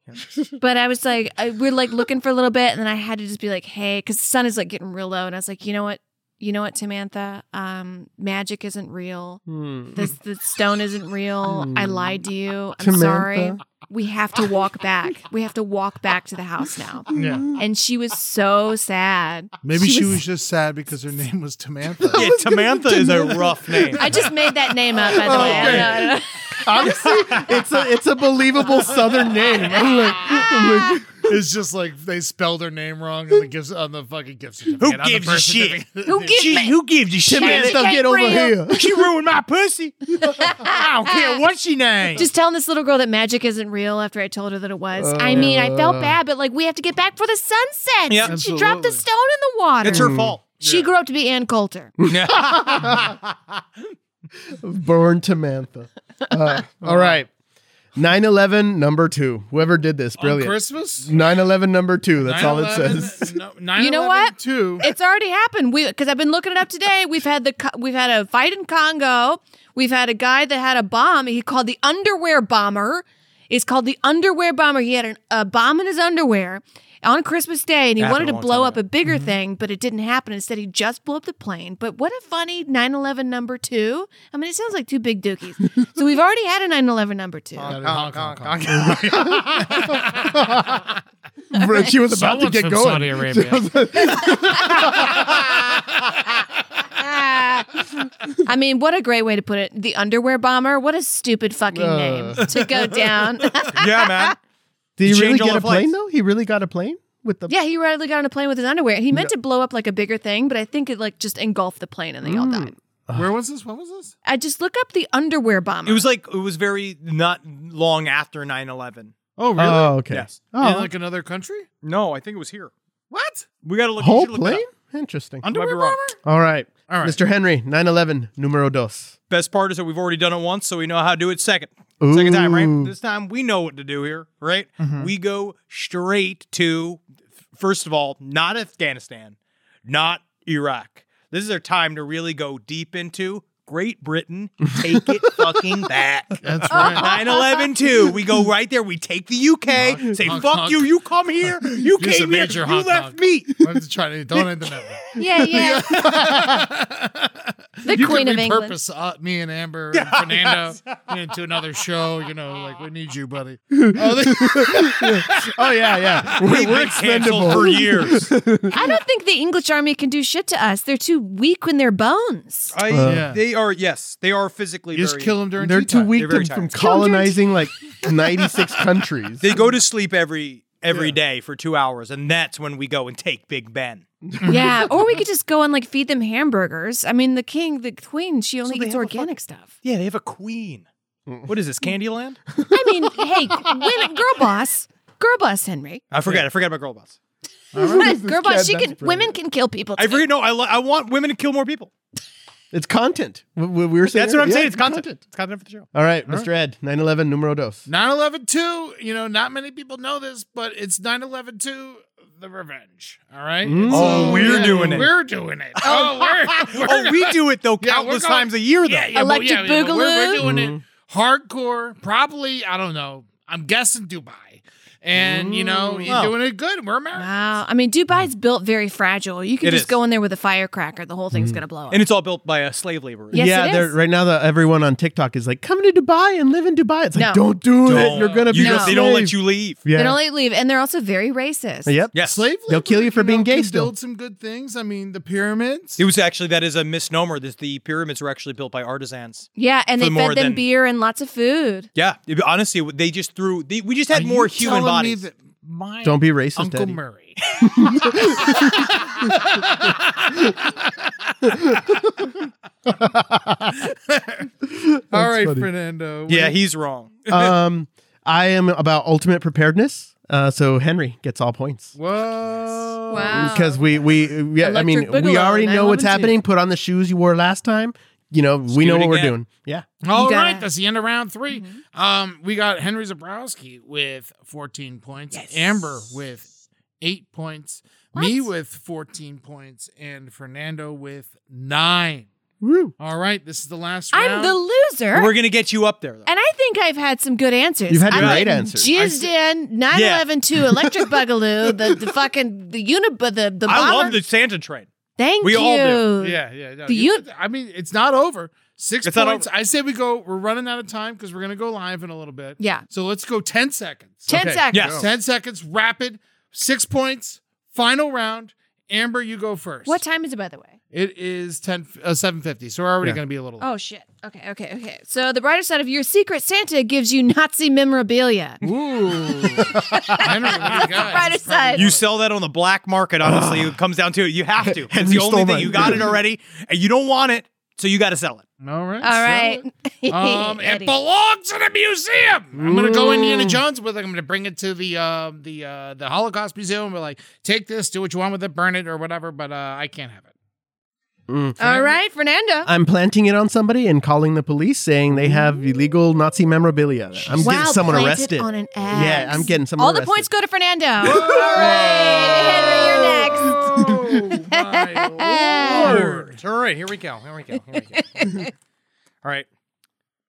Speaker 2: But I was like, I, we're like looking for a little bit, and then I had to just be like, hey, because the sun is like getting real low, and I was like, you know what, you know what, Tamantha, um, magic isn't real. This the stone isn't real. I lied to you. I'm
Speaker 5: Tamantha.
Speaker 2: sorry. We have to walk back. We have to walk back to the house now.
Speaker 3: Yeah,
Speaker 2: And she was so sad.
Speaker 3: maybe she was just sad because her name was Tamantha.
Speaker 1: <laughs> Yeah, Tamantha is a rough name.
Speaker 2: I just made that name up, by the way. I don't know, I don't know.
Speaker 5: Honestly, it's a it's a believable Southern name. I'm like,
Speaker 2: Ah,
Speaker 5: I'm like,
Speaker 3: It's just like they spelled her name wrong and it gives on the fucking gift certificate. on the
Speaker 1: gives a
Speaker 3: birth
Speaker 1: shit?
Speaker 2: <laughs>
Speaker 3: certificate.
Speaker 2: Who gives
Speaker 1: Gee,
Speaker 2: me?
Speaker 1: who gives a shit?
Speaker 5: Samantha,
Speaker 2: ain't
Speaker 5: get over
Speaker 2: real.
Speaker 5: here.
Speaker 1: She ruined my
Speaker 3: <laughs>
Speaker 1: pussy. I don't care what she named.
Speaker 2: Just telling this little girl that magic isn't real after I told her that it was. I mean, I felt bad, but like we have to get back for the sunset.
Speaker 1: Yeah.
Speaker 2: she dropped the
Speaker 3: Absolutely.
Speaker 2: stone in the water.
Speaker 1: it's her fault.
Speaker 2: She grew up to be Ann Coulter.
Speaker 3: Mm.
Speaker 5: born
Speaker 1: <laughs>
Speaker 5: Tamantha. Uh, all right. 9-11 number two. Whoever did this, brilliant.
Speaker 3: Christmas?
Speaker 5: 9-11 number two. That's all it
Speaker 3: 9/11,
Speaker 5: says.
Speaker 3: No, 9/11
Speaker 2: You know what?
Speaker 3: Two.
Speaker 2: It's already happened. We because I've been looking it up today. We've had the co- we've had a fight in Congo. We've had a guy that had a bomb. He called the underwear bomber. It's called the underwear bomber. He had an, a bomb in his underwear on Christmas Day, and he wanted to blow up a bigger thing, but it didn't happen. Instead, he just blew up the plane. But what a funny 9/11 number two. I mean, it sounds like two big dookies. so we've already had a 9/11 number two.
Speaker 3: Hong Kong, Kong.
Speaker 5: <laughs> Bro, she was about
Speaker 9: Someone's
Speaker 5: to get
Speaker 9: from
Speaker 5: going.
Speaker 9: Saudi
Speaker 5: <laughs>
Speaker 9: Arabia.
Speaker 2: Ah. I mean, what a great way to put it. The underwear bomber. What a stupid fucking name to go down.
Speaker 1: <laughs> yeah, man.
Speaker 5: Did
Speaker 1: He
Speaker 5: he really
Speaker 1: changed all
Speaker 5: get a
Speaker 1: the flights.
Speaker 5: plane though? He really got a plane with the
Speaker 2: yeah, he readily got on a plane with his underwear. He meant to blow up like a bigger thing, but I think it like just engulfed the plane and they all
Speaker 1: Mm.
Speaker 2: died.
Speaker 3: Where was this? What was this?
Speaker 2: I just look up the underwear bomber.
Speaker 1: It was like, it was very not long after 9 11.
Speaker 3: Oh, really?
Speaker 5: Oh, okay.
Speaker 1: Yes.
Speaker 5: Oh,
Speaker 3: In like another country?
Speaker 1: No, I think it was here.
Speaker 3: What?
Speaker 1: We got to look
Speaker 5: whole
Speaker 1: you should look it
Speaker 5: plane?
Speaker 1: up.
Speaker 5: Interesting.
Speaker 1: I might be
Speaker 3: Underwear
Speaker 1: wrong.
Speaker 3: bomber?
Speaker 5: All right.
Speaker 3: All right.
Speaker 5: Mr. Henry, 9-11, numero dos.
Speaker 1: Best part is that we've already done it once, so we know how to do it second. Second time,
Speaker 5: Ooh.
Speaker 1: right? This time we know what to do here, right?
Speaker 3: Mm-hmm.
Speaker 1: We go straight to, first of all, not Afghanistan, not Iraq. This is our time to really go deep into Great Britain,
Speaker 3: <laughs>
Speaker 1: take it fucking back.
Speaker 3: That's right.
Speaker 1: 9 11 too. We go right there. We take the UK,
Speaker 3: Honk,
Speaker 1: say,
Speaker 3: honk,
Speaker 1: fuck
Speaker 3: honk.
Speaker 1: you. You
Speaker 3: <laughs>
Speaker 1: come here. You
Speaker 3: Here's a
Speaker 1: came here.
Speaker 3: major
Speaker 1: You
Speaker 3: honk,
Speaker 1: left
Speaker 3: honk.
Speaker 1: me.
Speaker 3: We'll have to try to don't end the number.
Speaker 2: <laughs> Yeah,
Speaker 1: <laughs>
Speaker 2: yeah. The
Speaker 3: you
Speaker 2: Queen
Speaker 3: can
Speaker 2: of England.
Speaker 3: repurpose uh, me and Amber and Fernando into another show. You know, like we need you, buddy.
Speaker 5: Oh yeah, <laughs> yeah.
Speaker 1: We've
Speaker 5: We're, we're
Speaker 1: been canceled
Speaker 5: expendable.
Speaker 3: <laughs>
Speaker 1: for years.
Speaker 2: I don't think the English army can do shit to us. They're too weak when they're bones.
Speaker 1: <laughs> I,
Speaker 3: Yeah.
Speaker 1: They are, yes, they are physically
Speaker 3: You <laughs> just
Speaker 1: very-
Speaker 3: kill them during
Speaker 5: They're
Speaker 3: tea
Speaker 5: too
Speaker 3: time.
Speaker 5: weak
Speaker 1: They're very
Speaker 5: to, from
Speaker 1: tired.
Speaker 5: colonizing like 96 countries.
Speaker 1: They go to sleep every every day for two hours, and that's when we go and take Big Ben.
Speaker 2: yeah, or we could just go and like feed them hamburgers. I mean, the king, the queen, she only
Speaker 1: they
Speaker 2: eats
Speaker 1: have a
Speaker 2: organic stuff.
Speaker 1: Yeah, they have a queen.
Speaker 3: Mm.
Speaker 1: What is this, Candyland?
Speaker 2: I mean,
Speaker 1: <laughs>
Speaker 2: hey, women, girl boss, girl boss, Henry,
Speaker 1: I forget. I forgot about girl boss.
Speaker 2: <laughs> girl boss. She can, women can kill people.
Speaker 1: I
Speaker 2: too.
Speaker 1: forget. No, I, lo- I want women to kill more people.
Speaker 5: It's content. We, we we were saying
Speaker 1: That's what I'm
Speaker 5: yeah,
Speaker 1: saying. It's content. It's content for the show.
Speaker 5: All right, Mr. Ed, 911 numero dos.
Speaker 3: 9-11 2, you know, not many people know this, but it's 9-11 2, the revenge. All right? It's,
Speaker 1: Oh, we're doing it.
Speaker 3: We're doing it. Oh,
Speaker 1: <laughs>
Speaker 3: we're, we're
Speaker 1: Oh, we do it though
Speaker 3: Yeah, we're
Speaker 1: countless
Speaker 3: going-
Speaker 1: times a year though.
Speaker 3: Yeah, yeah, but
Speaker 2: Electric
Speaker 3: yeah, but We're, we're
Speaker 2: Boogaloo.
Speaker 3: doing it hardcore. Probably, I don't know. I'm guessing Dubai. And, you know, you're
Speaker 1: Wow.
Speaker 3: doing it good. We're American.
Speaker 2: Wow, I mean, Dubai's built very fragile. You can
Speaker 1: Mm. It
Speaker 2: just
Speaker 1: is. Mm.
Speaker 2: go in there with a firecracker; the whole thing's gonna blow up.
Speaker 1: And it's all built by a slave laborer.
Speaker 2: Yes,
Speaker 5: yeah,
Speaker 2: it
Speaker 5: they're
Speaker 2: is.
Speaker 5: right now the, everyone on TikTok is like, come to Dubai and live in Dubai. It's like,
Speaker 2: No.
Speaker 5: don't do
Speaker 1: Don't-
Speaker 5: it. You're gonna be.
Speaker 1: you
Speaker 5: a
Speaker 1: don't- They don't let
Speaker 5: slave."
Speaker 1: you leave.
Speaker 5: Yeah.
Speaker 2: They don't let you leave, and they're also very racist.
Speaker 5: Yep.
Speaker 1: Yes.
Speaker 3: Slave
Speaker 5: They'll kill you
Speaker 3: labor,
Speaker 5: for being gay
Speaker 3: can
Speaker 5: still.
Speaker 3: build some good things. I mean, the pyramids.
Speaker 1: It was actually that is a misnomer. That the pyramids were actually built by artisans.
Speaker 2: Yeah, and
Speaker 1: For
Speaker 2: they
Speaker 1: more
Speaker 2: fed them
Speaker 1: than-
Speaker 2: beer and lots of food.
Speaker 1: Yeah, it- honestly, they just threw. They, we just had
Speaker 3: Are
Speaker 1: more
Speaker 3: you
Speaker 1: human
Speaker 3: telling me
Speaker 1: bodies.
Speaker 3: that my
Speaker 5: Don't be racist,
Speaker 3: Uncle
Speaker 5: Daddy.
Speaker 1: <laughs>
Speaker 3: Murray. <laughs> All right,
Speaker 5: funny.
Speaker 3: Fernando.
Speaker 1: yeah, he's wrong.
Speaker 5: um, I am about ultimate preparedness. Uh, so Henry gets all points
Speaker 3: Whoa.
Speaker 5: because we we yeah. I mean,
Speaker 2: Electric Boogaloo,
Speaker 5: we already know what's
Speaker 2: 911
Speaker 5: happening. Put on the shoes you wore last time. You know, we
Speaker 1: do
Speaker 5: know
Speaker 1: it
Speaker 5: what we're
Speaker 1: again.
Speaker 5: doing. Yeah.
Speaker 2: gotta-
Speaker 3: All
Speaker 2: Mm-hmm.
Speaker 3: right, that's the end of round 3 Um, we got Henry Zabrowski with 14 points, Amber with eight points, me with 14 points, and Fernando with nine.
Speaker 5: Woo.
Speaker 3: All right, this is the last round.
Speaker 2: I'm the loser.
Speaker 1: We're gonna get you up there. Though.
Speaker 2: And I think I've had some good answers.
Speaker 5: You've had
Speaker 2: I'm
Speaker 5: great
Speaker 2: getting
Speaker 5: answers.
Speaker 2: Jizzed in 9 11
Speaker 1: <laughs>
Speaker 2: to Electric Bugaloo, the, the fucking the unib the the bomber.
Speaker 1: I love the Santa train.
Speaker 2: Thank
Speaker 1: we
Speaker 2: you.
Speaker 1: all do.
Speaker 3: Yeah, yeah. No,
Speaker 2: The
Speaker 3: you-
Speaker 2: un-
Speaker 3: I mean, it's not over. Six
Speaker 1: It's not
Speaker 3: points.
Speaker 1: over.
Speaker 3: I say we go. We're running out of time because we're gonna go live in a little bit.
Speaker 2: Yeah.
Speaker 3: So let's go ten seconds.
Speaker 2: 10 seconds.
Speaker 1: Yes.
Speaker 3: Ten seconds. Rapid. Six points. Final round. Amber, you go first.
Speaker 2: What time is it, by the way?
Speaker 3: It is ten uh, seven fifty. So we're already
Speaker 5: Yeah.
Speaker 3: gonna be a little.
Speaker 2: Oh, shit. Okay, okay, okay. So, the brighter side of your secret Santa gives you Nazi memorabilia.
Speaker 3: Ooh.
Speaker 2: <laughs>
Speaker 3: I know <laughs> That's
Speaker 2: the brighter side.
Speaker 1: You sell that on the black market. Honestly, it comes down to it. You <laughs> have to. It's
Speaker 5: Henry
Speaker 1: the
Speaker 5: stole
Speaker 1: only thing.
Speaker 5: mine.
Speaker 1: You got <laughs> it already, and you don't want it, so you got to sell it.
Speaker 3: All
Speaker 2: All
Speaker 3: right.
Speaker 2: right.
Speaker 3: sell it. Um,
Speaker 2: <laughs>
Speaker 3: it
Speaker 2: Eddie.
Speaker 3: belongs in a museum. I'm gonna go Indiana Jones with it. I'm gonna bring it to the um, the uh, the Holocaust Museum. We're like, take this, do what you want with it, burn it or whatever. But uh, I can't <laughs> have it.
Speaker 2: all right, Fernando.
Speaker 5: I'm planting it on somebody and calling the police saying they have illegal Nazi memorabilia. I'm
Speaker 2: wow,
Speaker 5: getting someone
Speaker 2: planted
Speaker 5: arrested.
Speaker 2: on an axe.
Speaker 5: yeah, I'm getting someone
Speaker 2: All the
Speaker 5: arrested.
Speaker 2: points go to Fernando. all right, Henry, you're next.
Speaker 3: Oh my lord!
Speaker 1: All right, here we go. Here we go. Here we
Speaker 2: <laughs>
Speaker 1: go. All right.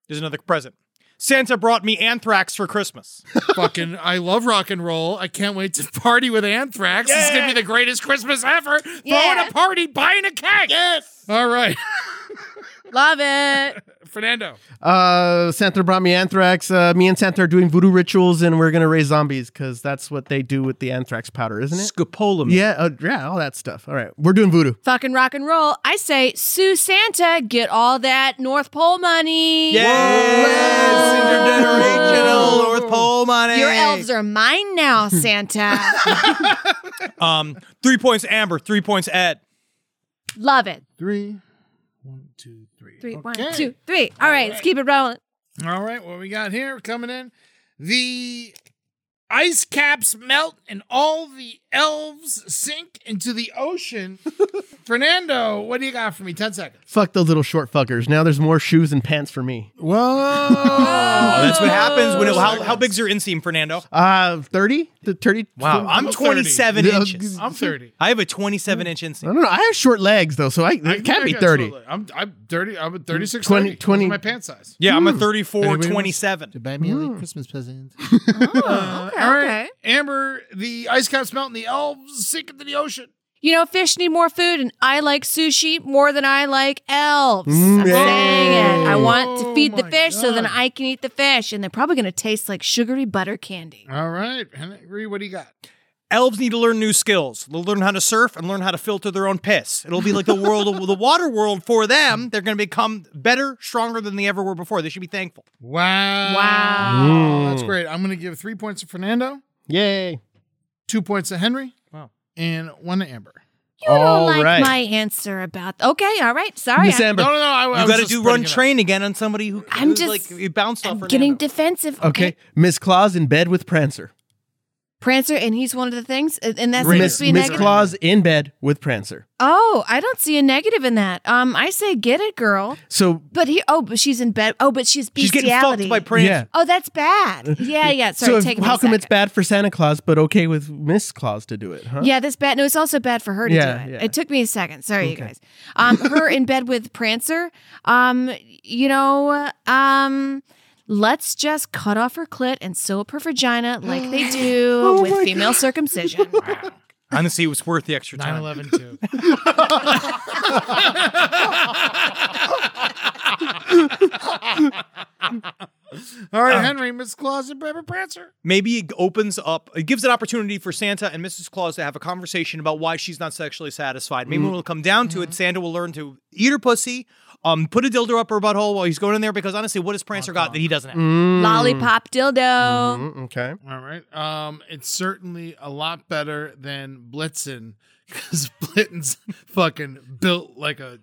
Speaker 1: There's another present. Santa brought me anthrax for Christmas.
Speaker 3: Fucking, I love rock and roll. I can't wait to party with Anthrax. It's gonna be the greatest Christmas ever.
Speaker 2: Yeah.
Speaker 3: Throwing a party, buying a cake. Yes. All right, <laughs>
Speaker 2: Love it.
Speaker 3: Fernando.
Speaker 5: Uh, Santa brought me anthrax. Uh, me and Santa are doing voodoo rituals, and we're gonna raise zombies because that's what they do with the anthrax powder, isn't it?
Speaker 1: Scopolamine.
Speaker 5: Yeah, uh, yeah, all that stuff. All right, we're doing voodoo.
Speaker 2: Fucking rock and roll. I say, sue Santa, get all that North Pole money.
Speaker 1: Yes, intergenerational North Pole money.
Speaker 2: Your elves are mine
Speaker 5: <laughs>
Speaker 2: now, Santa.
Speaker 1: Um, three points Amber, three points Ed.
Speaker 2: Love it.
Speaker 3: Three, one, two, three.
Speaker 2: Three, one,
Speaker 3: Okay.
Speaker 2: two, three. All right, let's keep it rolling.
Speaker 3: All right, what we got here coming in? The ice caps melt and all the elves sink into the
Speaker 2: <laughs>
Speaker 3: ocean. Fernando, what do you got for me? 10 seconds.
Speaker 5: Fuck those little short fuckers. Now there's more shoes and pants for me.
Speaker 3: Whoa.
Speaker 2: <laughs>
Speaker 1: Oh, that's what happens when it, how, how big's your inseam, Fernando?
Speaker 5: Uh, thirty. the 30.
Speaker 1: Wow, I'm 27
Speaker 3: Yeah,
Speaker 1: inches.
Speaker 3: I'm 30.
Speaker 1: I have a 27 inch inch
Speaker 5: I
Speaker 1: inseam.
Speaker 5: don't know. I have short legs though, so I,
Speaker 3: I
Speaker 5: it can't
Speaker 3: think
Speaker 5: be
Speaker 3: I got
Speaker 5: 30.
Speaker 3: short leg. I'm I'm 30. I'm a 36.
Speaker 5: 20
Speaker 3: 30.
Speaker 5: 20.
Speaker 3: That's my pant size.
Speaker 1: Yeah, I'm a 34,
Speaker 3: Anybody wants
Speaker 1: 27.
Speaker 9: buy me
Speaker 5: Hmm.
Speaker 9: a Christmas present.
Speaker 2: okay,
Speaker 3: All
Speaker 2: okay.
Speaker 3: right, Amber. The ice caps melt and the elves sink into the ocean.
Speaker 2: You know, fish need more food, and I like sushi more than I like elves.
Speaker 5: Mm,
Speaker 2: I'm
Speaker 5: yeah.
Speaker 2: saying it. I want
Speaker 3: Oh
Speaker 2: to feed the
Speaker 3: my
Speaker 2: fish so then
Speaker 3: God.
Speaker 2: I can eat the fish, and they're probably going to taste like sugary butter candy.
Speaker 3: All right, Henry. What do you got?
Speaker 1: Elves need to learn new skills. They'll learn how to surf and learn how to filter their own piss. It'll be like the world, of, the water world for them. They're going to become better, stronger than they ever were before. They should be thankful.
Speaker 5: Mm.
Speaker 3: Wow.
Speaker 2: Wow.
Speaker 3: That's great. I'm going to give three points to Fernando,
Speaker 5: Hmm.
Speaker 2: Oh,
Speaker 5: Yay.
Speaker 3: two points to Henry,
Speaker 1: Wow.
Speaker 3: and one to Amber.
Speaker 2: You don't
Speaker 5: All
Speaker 2: like
Speaker 5: right.
Speaker 2: my answer about. Okay, all right. Sorry.
Speaker 5: Miss
Speaker 2: I-
Speaker 3: <laughs>
Speaker 5: Amber.
Speaker 3: No, no, no. I,
Speaker 1: You got to do run
Speaker 3: <laughs>
Speaker 1: train again on somebody who
Speaker 2: I'm
Speaker 1: who's
Speaker 2: just-
Speaker 1: like you bounced
Speaker 2: I'm
Speaker 1: off.
Speaker 2: getting
Speaker 1: Fernando.
Speaker 2: defensive.
Speaker 5: Okay. Miss Claus in bed with Prancer.
Speaker 2: Prancer, and he's one of the things, and and that's supposed
Speaker 5: Miss,
Speaker 2: to be a
Speaker 5: Miss
Speaker 2: negative.
Speaker 5: Claus in bed with Prancer.
Speaker 2: Oh, I don't see a negative in that. Um, I say get it, girl.
Speaker 5: So
Speaker 2: But he. Oh, but she's in bed. Oh, but she's
Speaker 1: She's
Speaker 2: bestiality.
Speaker 1: getting fucked by Prince.
Speaker 5: Yeah.
Speaker 2: Oh, that's
Speaker 5: <laughs>
Speaker 2: bad. Yeah, yeah. Sorry,
Speaker 5: so if-
Speaker 2: take me a
Speaker 5: how come it's
Speaker 2: second.
Speaker 5: bad for Santa Claus but okay with Miss Claus to do it, huh?
Speaker 2: Yeah, this bad. No, it's also bad for her to do
Speaker 5: Yeah,
Speaker 2: it.
Speaker 5: yeah.
Speaker 2: It took me a second. Sorry, you guys. Um, her in bed with Prancer. Um, you know, um, let's just cut off her clit and sew up her vagina like they do with female circumcision.
Speaker 1: Honestly, it was worth the extra time.
Speaker 3: 9 too. <laughs> All right, Henry, Miss Claus, and Barbara Prancer.
Speaker 1: Maybe it opens up, it gives an opportunity for Santa and Mrs. Claus to have a conversation about why she's not sexually satisfied. Maybe when it come down to it, Santa will learn to eat her pussy, um, put a dildo up her butthole while he's going in there. Because honestly, what has Prancer got that he doesn't have?
Speaker 2: Lollipop dildo.
Speaker 5: Mm, okay.
Speaker 3: All right. Um, it's certainly a lot better than Blitzen <laughs> because Blitzen's fucking built like a.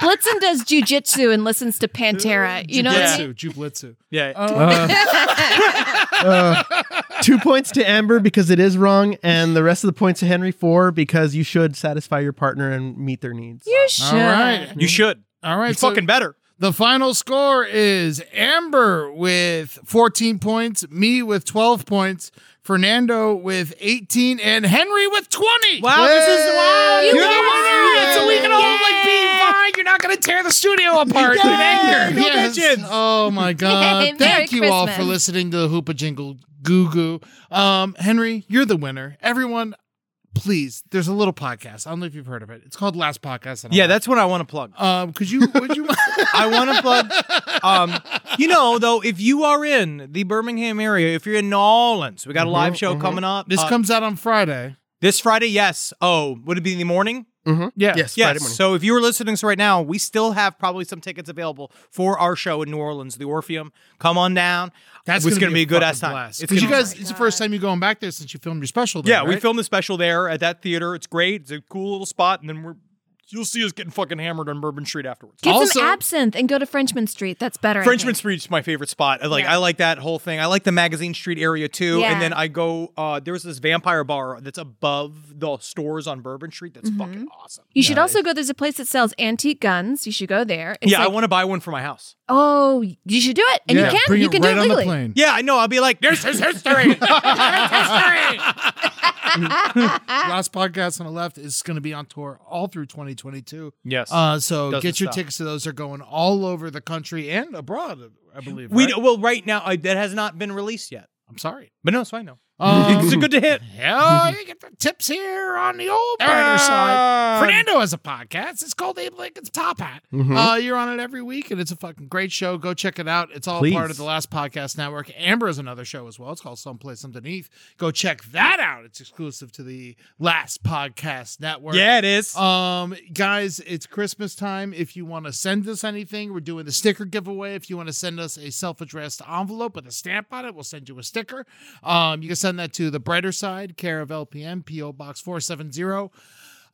Speaker 2: Blitzen does jujitsu and listens to Pantera. You know what I mean?
Speaker 3: Blitzu, Jublitzu.
Speaker 1: <laughs> Yeah,
Speaker 5: <laughs> Two points to Amber because it is wrong, and the rest of the points to Henry four because you should satisfy your partner and meet their needs.
Speaker 2: You should.
Speaker 3: All right.
Speaker 1: you should.
Speaker 3: All right.
Speaker 1: You're
Speaker 3: so
Speaker 1: fucking better.
Speaker 3: the final score is Amber with 14 points, me with 12 points, Fernando with 18, and Henry with 20.
Speaker 1: Wow, this is wow.
Speaker 2: You
Speaker 1: You're the
Speaker 2: guys-
Speaker 1: winner. It's a week and a whole like being
Speaker 2: Yay.
Speaker 1: fine. You're not gonna tear the studio apart.
Speaker 3: Yay! Yes.
Speaker 1: bitches.
Speaker 3: Oh
Speaker 2: <laughs>
Speaker 3: my God.
Speaker 2: Yay,
Speaker 3: Thank
Speaker 2: Merry
Speaker 3: you all for
Speaker 2: Christmas.
Speaker 3: listening to the Hoopa Jingle Goo Goo. Um, Henry, you're the winner. Everyone, please, there's a little podcast. I don't know if you've heard of it. It's called Last Podcast. on
Speaker 1: Yeah,
Speaker 3: Earth.
Speaker 1: that's what I want to plug.
Speaker 3: Um, could you, would
Speaker 1: <laughs>
Speaker 3: you,
Speaker 1: I want to plug. Um, you know, though, if you are in the Birmingham area, if you're in New Orleans, we got a live show coming up.
Speaker 3: this
Speaker 1: uh,
Speaker 3: comes out on Friday.
Speaker 1: this Friday. Yes. Oh, would it be in the morning?
Speaker 5: Yeah. Mm-hmm. Yes.
Speaker 1: Yes.
Speaker 5: Friday morning.
Speaker 1: So if you were listening to us right now, we still have probably some tickets available for our show in New Orleans, the Orpheum. Come on down.
Speaker 3: That's
Speaker 1: It's
Speaker 3: going to
Speaker 1: gonna be a good ass
Speaker 3: fucking
Speaker 1: time.
Speaker 3: blast.
Speaker 1: It's
Speaker 3: 'Cause you
Speaker 1: gonna be-
Speaker 3: guys, it's the first time you're going back there since you filmed your special. There,
Speaker 1: Yeah, we
Speaker 3: right?
Speaker 1: filmed the special there at that theater. It's great. It's a cool little spot, and then we're you'll see us getting fucking hammered on Bourbon Street afterwards.
Speaker 2: Get
Speaker 3: Also-
Speaker 2: some absinthe and go to Frenchman Street. That's better. I
Speaker 1: Frenchman
Speaker 2: think.
Speaker 1: Street's my favorite spot. I like
Speaker 2: Yeah.
Speaker 1: I like that whole thing. I like the magazine street area too.
Speaker 2: Yeah.
Speaker 1: And then I go uh there was this vampire bar that's above the stores on Bourbon Street that's
Speaker 2: Mm-hmm.
Speaker 1: fucking awesome.
Speaker 2: You should also go. There's a place that sells antique guns. You should go there. It's
Speaker 1: yeah, I
Speaker 2: like,
Speaker 1: want to buy one for my house.
Speaker 2: Oh, you should do it, and you can.
Speaker 3: Bring
Speaker 2: you
Speaker 3: it
Speaker 2: can
Speaker 3: right
Speaker 2: do it
Speaker 3: on
Speaker 2: legally.
Speaker 3: the plane.
Speaker 1: Yeah, I know. I'll be like, this
Speaker 3: <laughs>
Speaker 1: is history.
Speaker 3: Last podcast on the left is going to be on tour all through 2022.
Speaker 1: <laughs> yes.
Speaker 3: Uh, so
Speaker 1: Doesn't
Speaker 3: get your
Speaker 1: stop.
Speaker 3: tickets to those. They're going all over the country and abroad, I believe.
Speaker 1: we
Speaker 3: right?
Speaker 1: well right now I, that has not been released yet.
Speaker 3: I'm sorry.
Speaker 1: But no, it's fine now.
Speaker 3: Um,
Speaker 1: <laughs> it's good to <laughs>
Speaker 3: <laughs>
Speaker 1: hit.
Speaker 3: hell, you get the tips here on the old burner side. Fernando has a podcast. It's called Abe Lincoln's Top Hat. Uh, you're on it every week, and it's a fucking great show. Go check it out. It's all part of
Speaker 5: Please.
Speaker 3: the Last Podcast Network. Amber has another show as well. It's called Someplace Underneath. Go check that out. It's exclusive to the Last Podcast Network.
Speaker 1: Yeah, it is.
Speaker 3: Um, guys, it's Christmas time. If you want to send us anything, we're doing the sticker giveaway. If you want to send us a self-addressed envelope with a stamp on it, we'll send you a sticker. Um, you can send that to the brighter side, care of LPM, PO Box 470.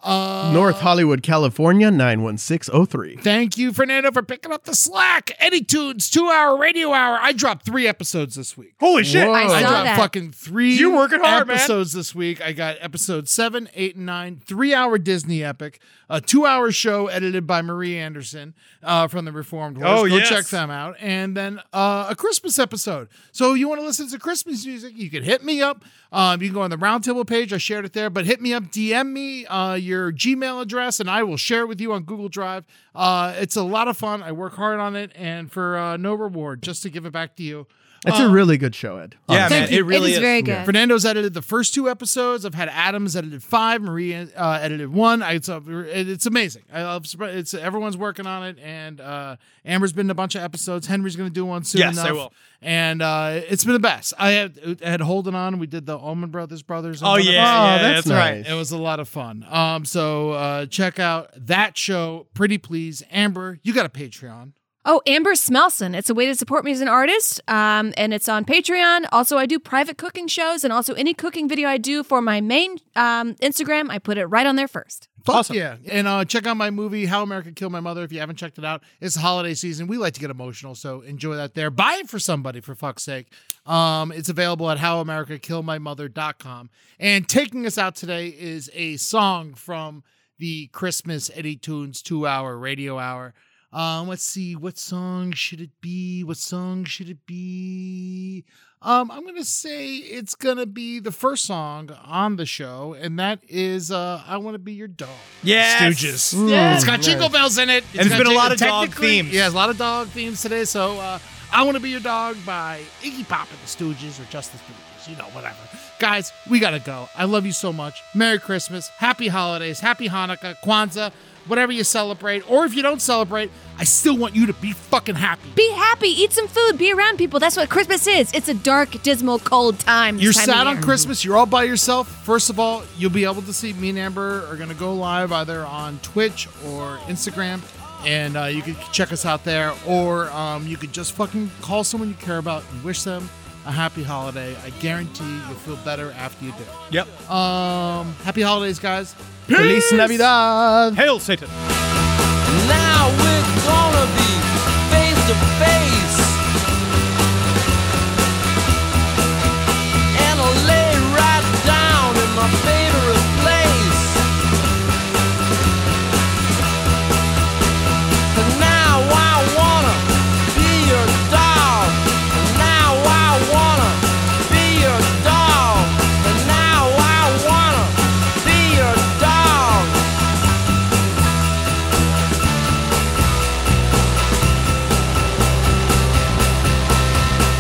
Speaker 3: Uh,
Speaker 5: North Hollywood, California, 91603.
Speaker 3: Thank you, Fernando, for picking up the slack. Eddie Tunes, two hour radio hour. I dropped three episodes this week.
Speaker 1: Holy shit!
Speaker 2: I saw
Speaker 3: I dropped
Speaker 2: that.
Speaker 3: fucking three
Speaker 1: You're working hard, man.
Speaker 3: episodes this week. I got episode seven, eight, and nine, three hour Disney epic, a two hour show edited by Marie Anderson uh, from the Reformed Horse.
Speaker 1: Oh,
Speaker 3: Go
Speaker 1: yes.
Speaker 3: check them out. And then uh, a Christmas episode. So you want to listen to Christmas music, you can hit me up. Um, you can go on the roundtable page. I shared it there, but hit me up, DM me uh, your Gmail address, and I will share it with you on Google Drive. Uh, it's a lot of fun. I work hard on it, and for uh, no reward, just to give it back to you.
Speaker 5: That's
Speaker 2: Oh.
Speaker 5: a really good show, Ed.
Speaker 1: yeah, man,
Speaker 3: thank you.
Speaker 1: it
Speaker 2: it
Speaker 1: really
Speaker 2: is,
Speaker 1: is.
Speaker 2: very good.
Speaker 3: Fernando's edited the first two episodes. I've had Adams edited five. Maria uh, edited one. I, it's, uh, it- it's amazing. I love. surpri- It's everyone's working on it, and uh, Amber's been in a bunch of episodes. Henry's going to do one soon.
Speaker 1: Yes, I
Speaker 3: enough.
Speaker 1: will.
Speaker 3: And uh, it's been the best. I had, I had holding on. We did the Allman Brothers brothers. on
Speaker 1: Oh
Speaker 3: one
Speaker 1: yeah,
Speaker 3: episode.
Speaker 1: yeah,
Speaker 5: that's
Speaker 1: that's right.
Speaker 5: nice.
Speaker 3: It was a lot of fun. Um, so uh, check out that show, Pretty Please. Amber, you got a Patreon.
Speaker 2: Oh, Amber Smelson. It's a way to support me as an artist, um, and it's on Patreon. Also, I do private cooking shows, and also any cooking video I do for my main um, Instagram, I put it right on there first.
Speaker 3: Fuck yeah. And uh, check out my movie, How America Killed My Mother, if you haven't checked it out. It's the holiday season. We like to get emotional, so enjoy that there. Buy it for somebody, for fuck's sake. Um, it's available at howamericakilledmymother.com. And taking us out today is a song from the Christmas Eddie Tunes two hour radio hour. Um, let's see, what song should it be? What song should it be? Um, I'm gonna say it's gonna be the first song on the show, and that is uh, "I Want to Be Your Dog."
Speaker 1: Yes.
Speaker 3: Stooges. It's got jingle bells in it.
Speaker 1: Mm. And it's
Speaker 3: got
Speaker 1: been a
Speaker 3: jing-
Speaker 1: lot of dog
Speaker 3: technically-
Speaker 1: themes.
Speaker 3: Yeah, a lot of dog themes today. So, uh, "I Want to Be Your Dog" by Iggy Pop and the Stooges, or just the Stooges, you know, whatever. Guys, we gotta go. I love you so much. Merry Christmas, Happy Holidays, Happy Hanukkah, Kwanzaa, whatever you celebrate, or if you don't celebrate, I still want you to be fucking happy.
Speaker 2: Be happy, eat some food, be around people. That's what Christmas is. It's a dark, dismal, cold time. this
Speaker 3: You're
Speaker 2: time of
Speaker 3: sad on
Speaker 2: year.
Speaker 3: Christmas. You're all by yourself. First of all, you'll be able to see me and Amber are going to go live either on Twitch or Instagram, and uh, you can check us out there, or um, you could just fucking call someone you care about and wish them a happy holiday. I guarantee you'll feel better after you do.
Speaker 1: Yep.
Speaker 3: Um, happy holidays, guys.
Speaker 5: Feliz Navidad.
Speaker 1: Hail Satan.
Speaker 10: Now we're gonna be face to face. And I'll lay right down in my favorite place. And now I wanna be your dog. And now I wanna be your dog. And now I wanna be your dog.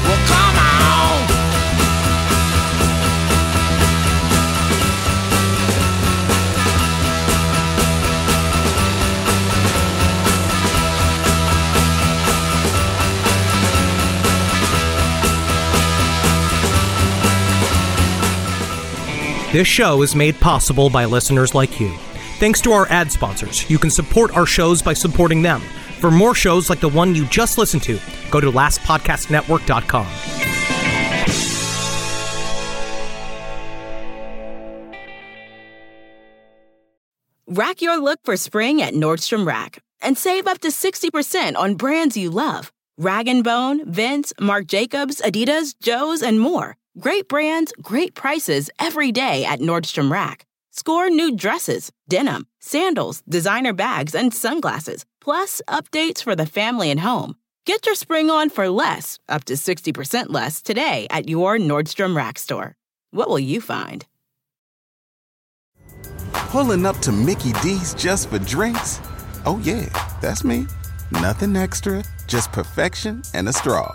Speaker 10: Well, come on.
Speaker 11: This show is made possible by listeners like you. Thanks to our ad sponsors, you can support our shows by supporting them. For more shows like the one you just listened to, go to lastpodcastnetwork.com.
Speaker 6: Rack your look for spring at Nordstrom Rack and save up to 60% on brands you love. Rag & Bone, Vince, Marc Jacobs, Adidas, Joe's, and more. Great brands, great prices every day at Nordstrom Rack. Score new dresses, denim, sandals, designer bags, and sunglasses, plus updates for the family and home. Get your spring on for less, up to 60% less, today at your Nordstrom Rack store. What will you find?
Speaker 7: Pulling up to Mickey D's just for drinks? Oh, yeah, that's me. Nothing extra, just perfection and a straw.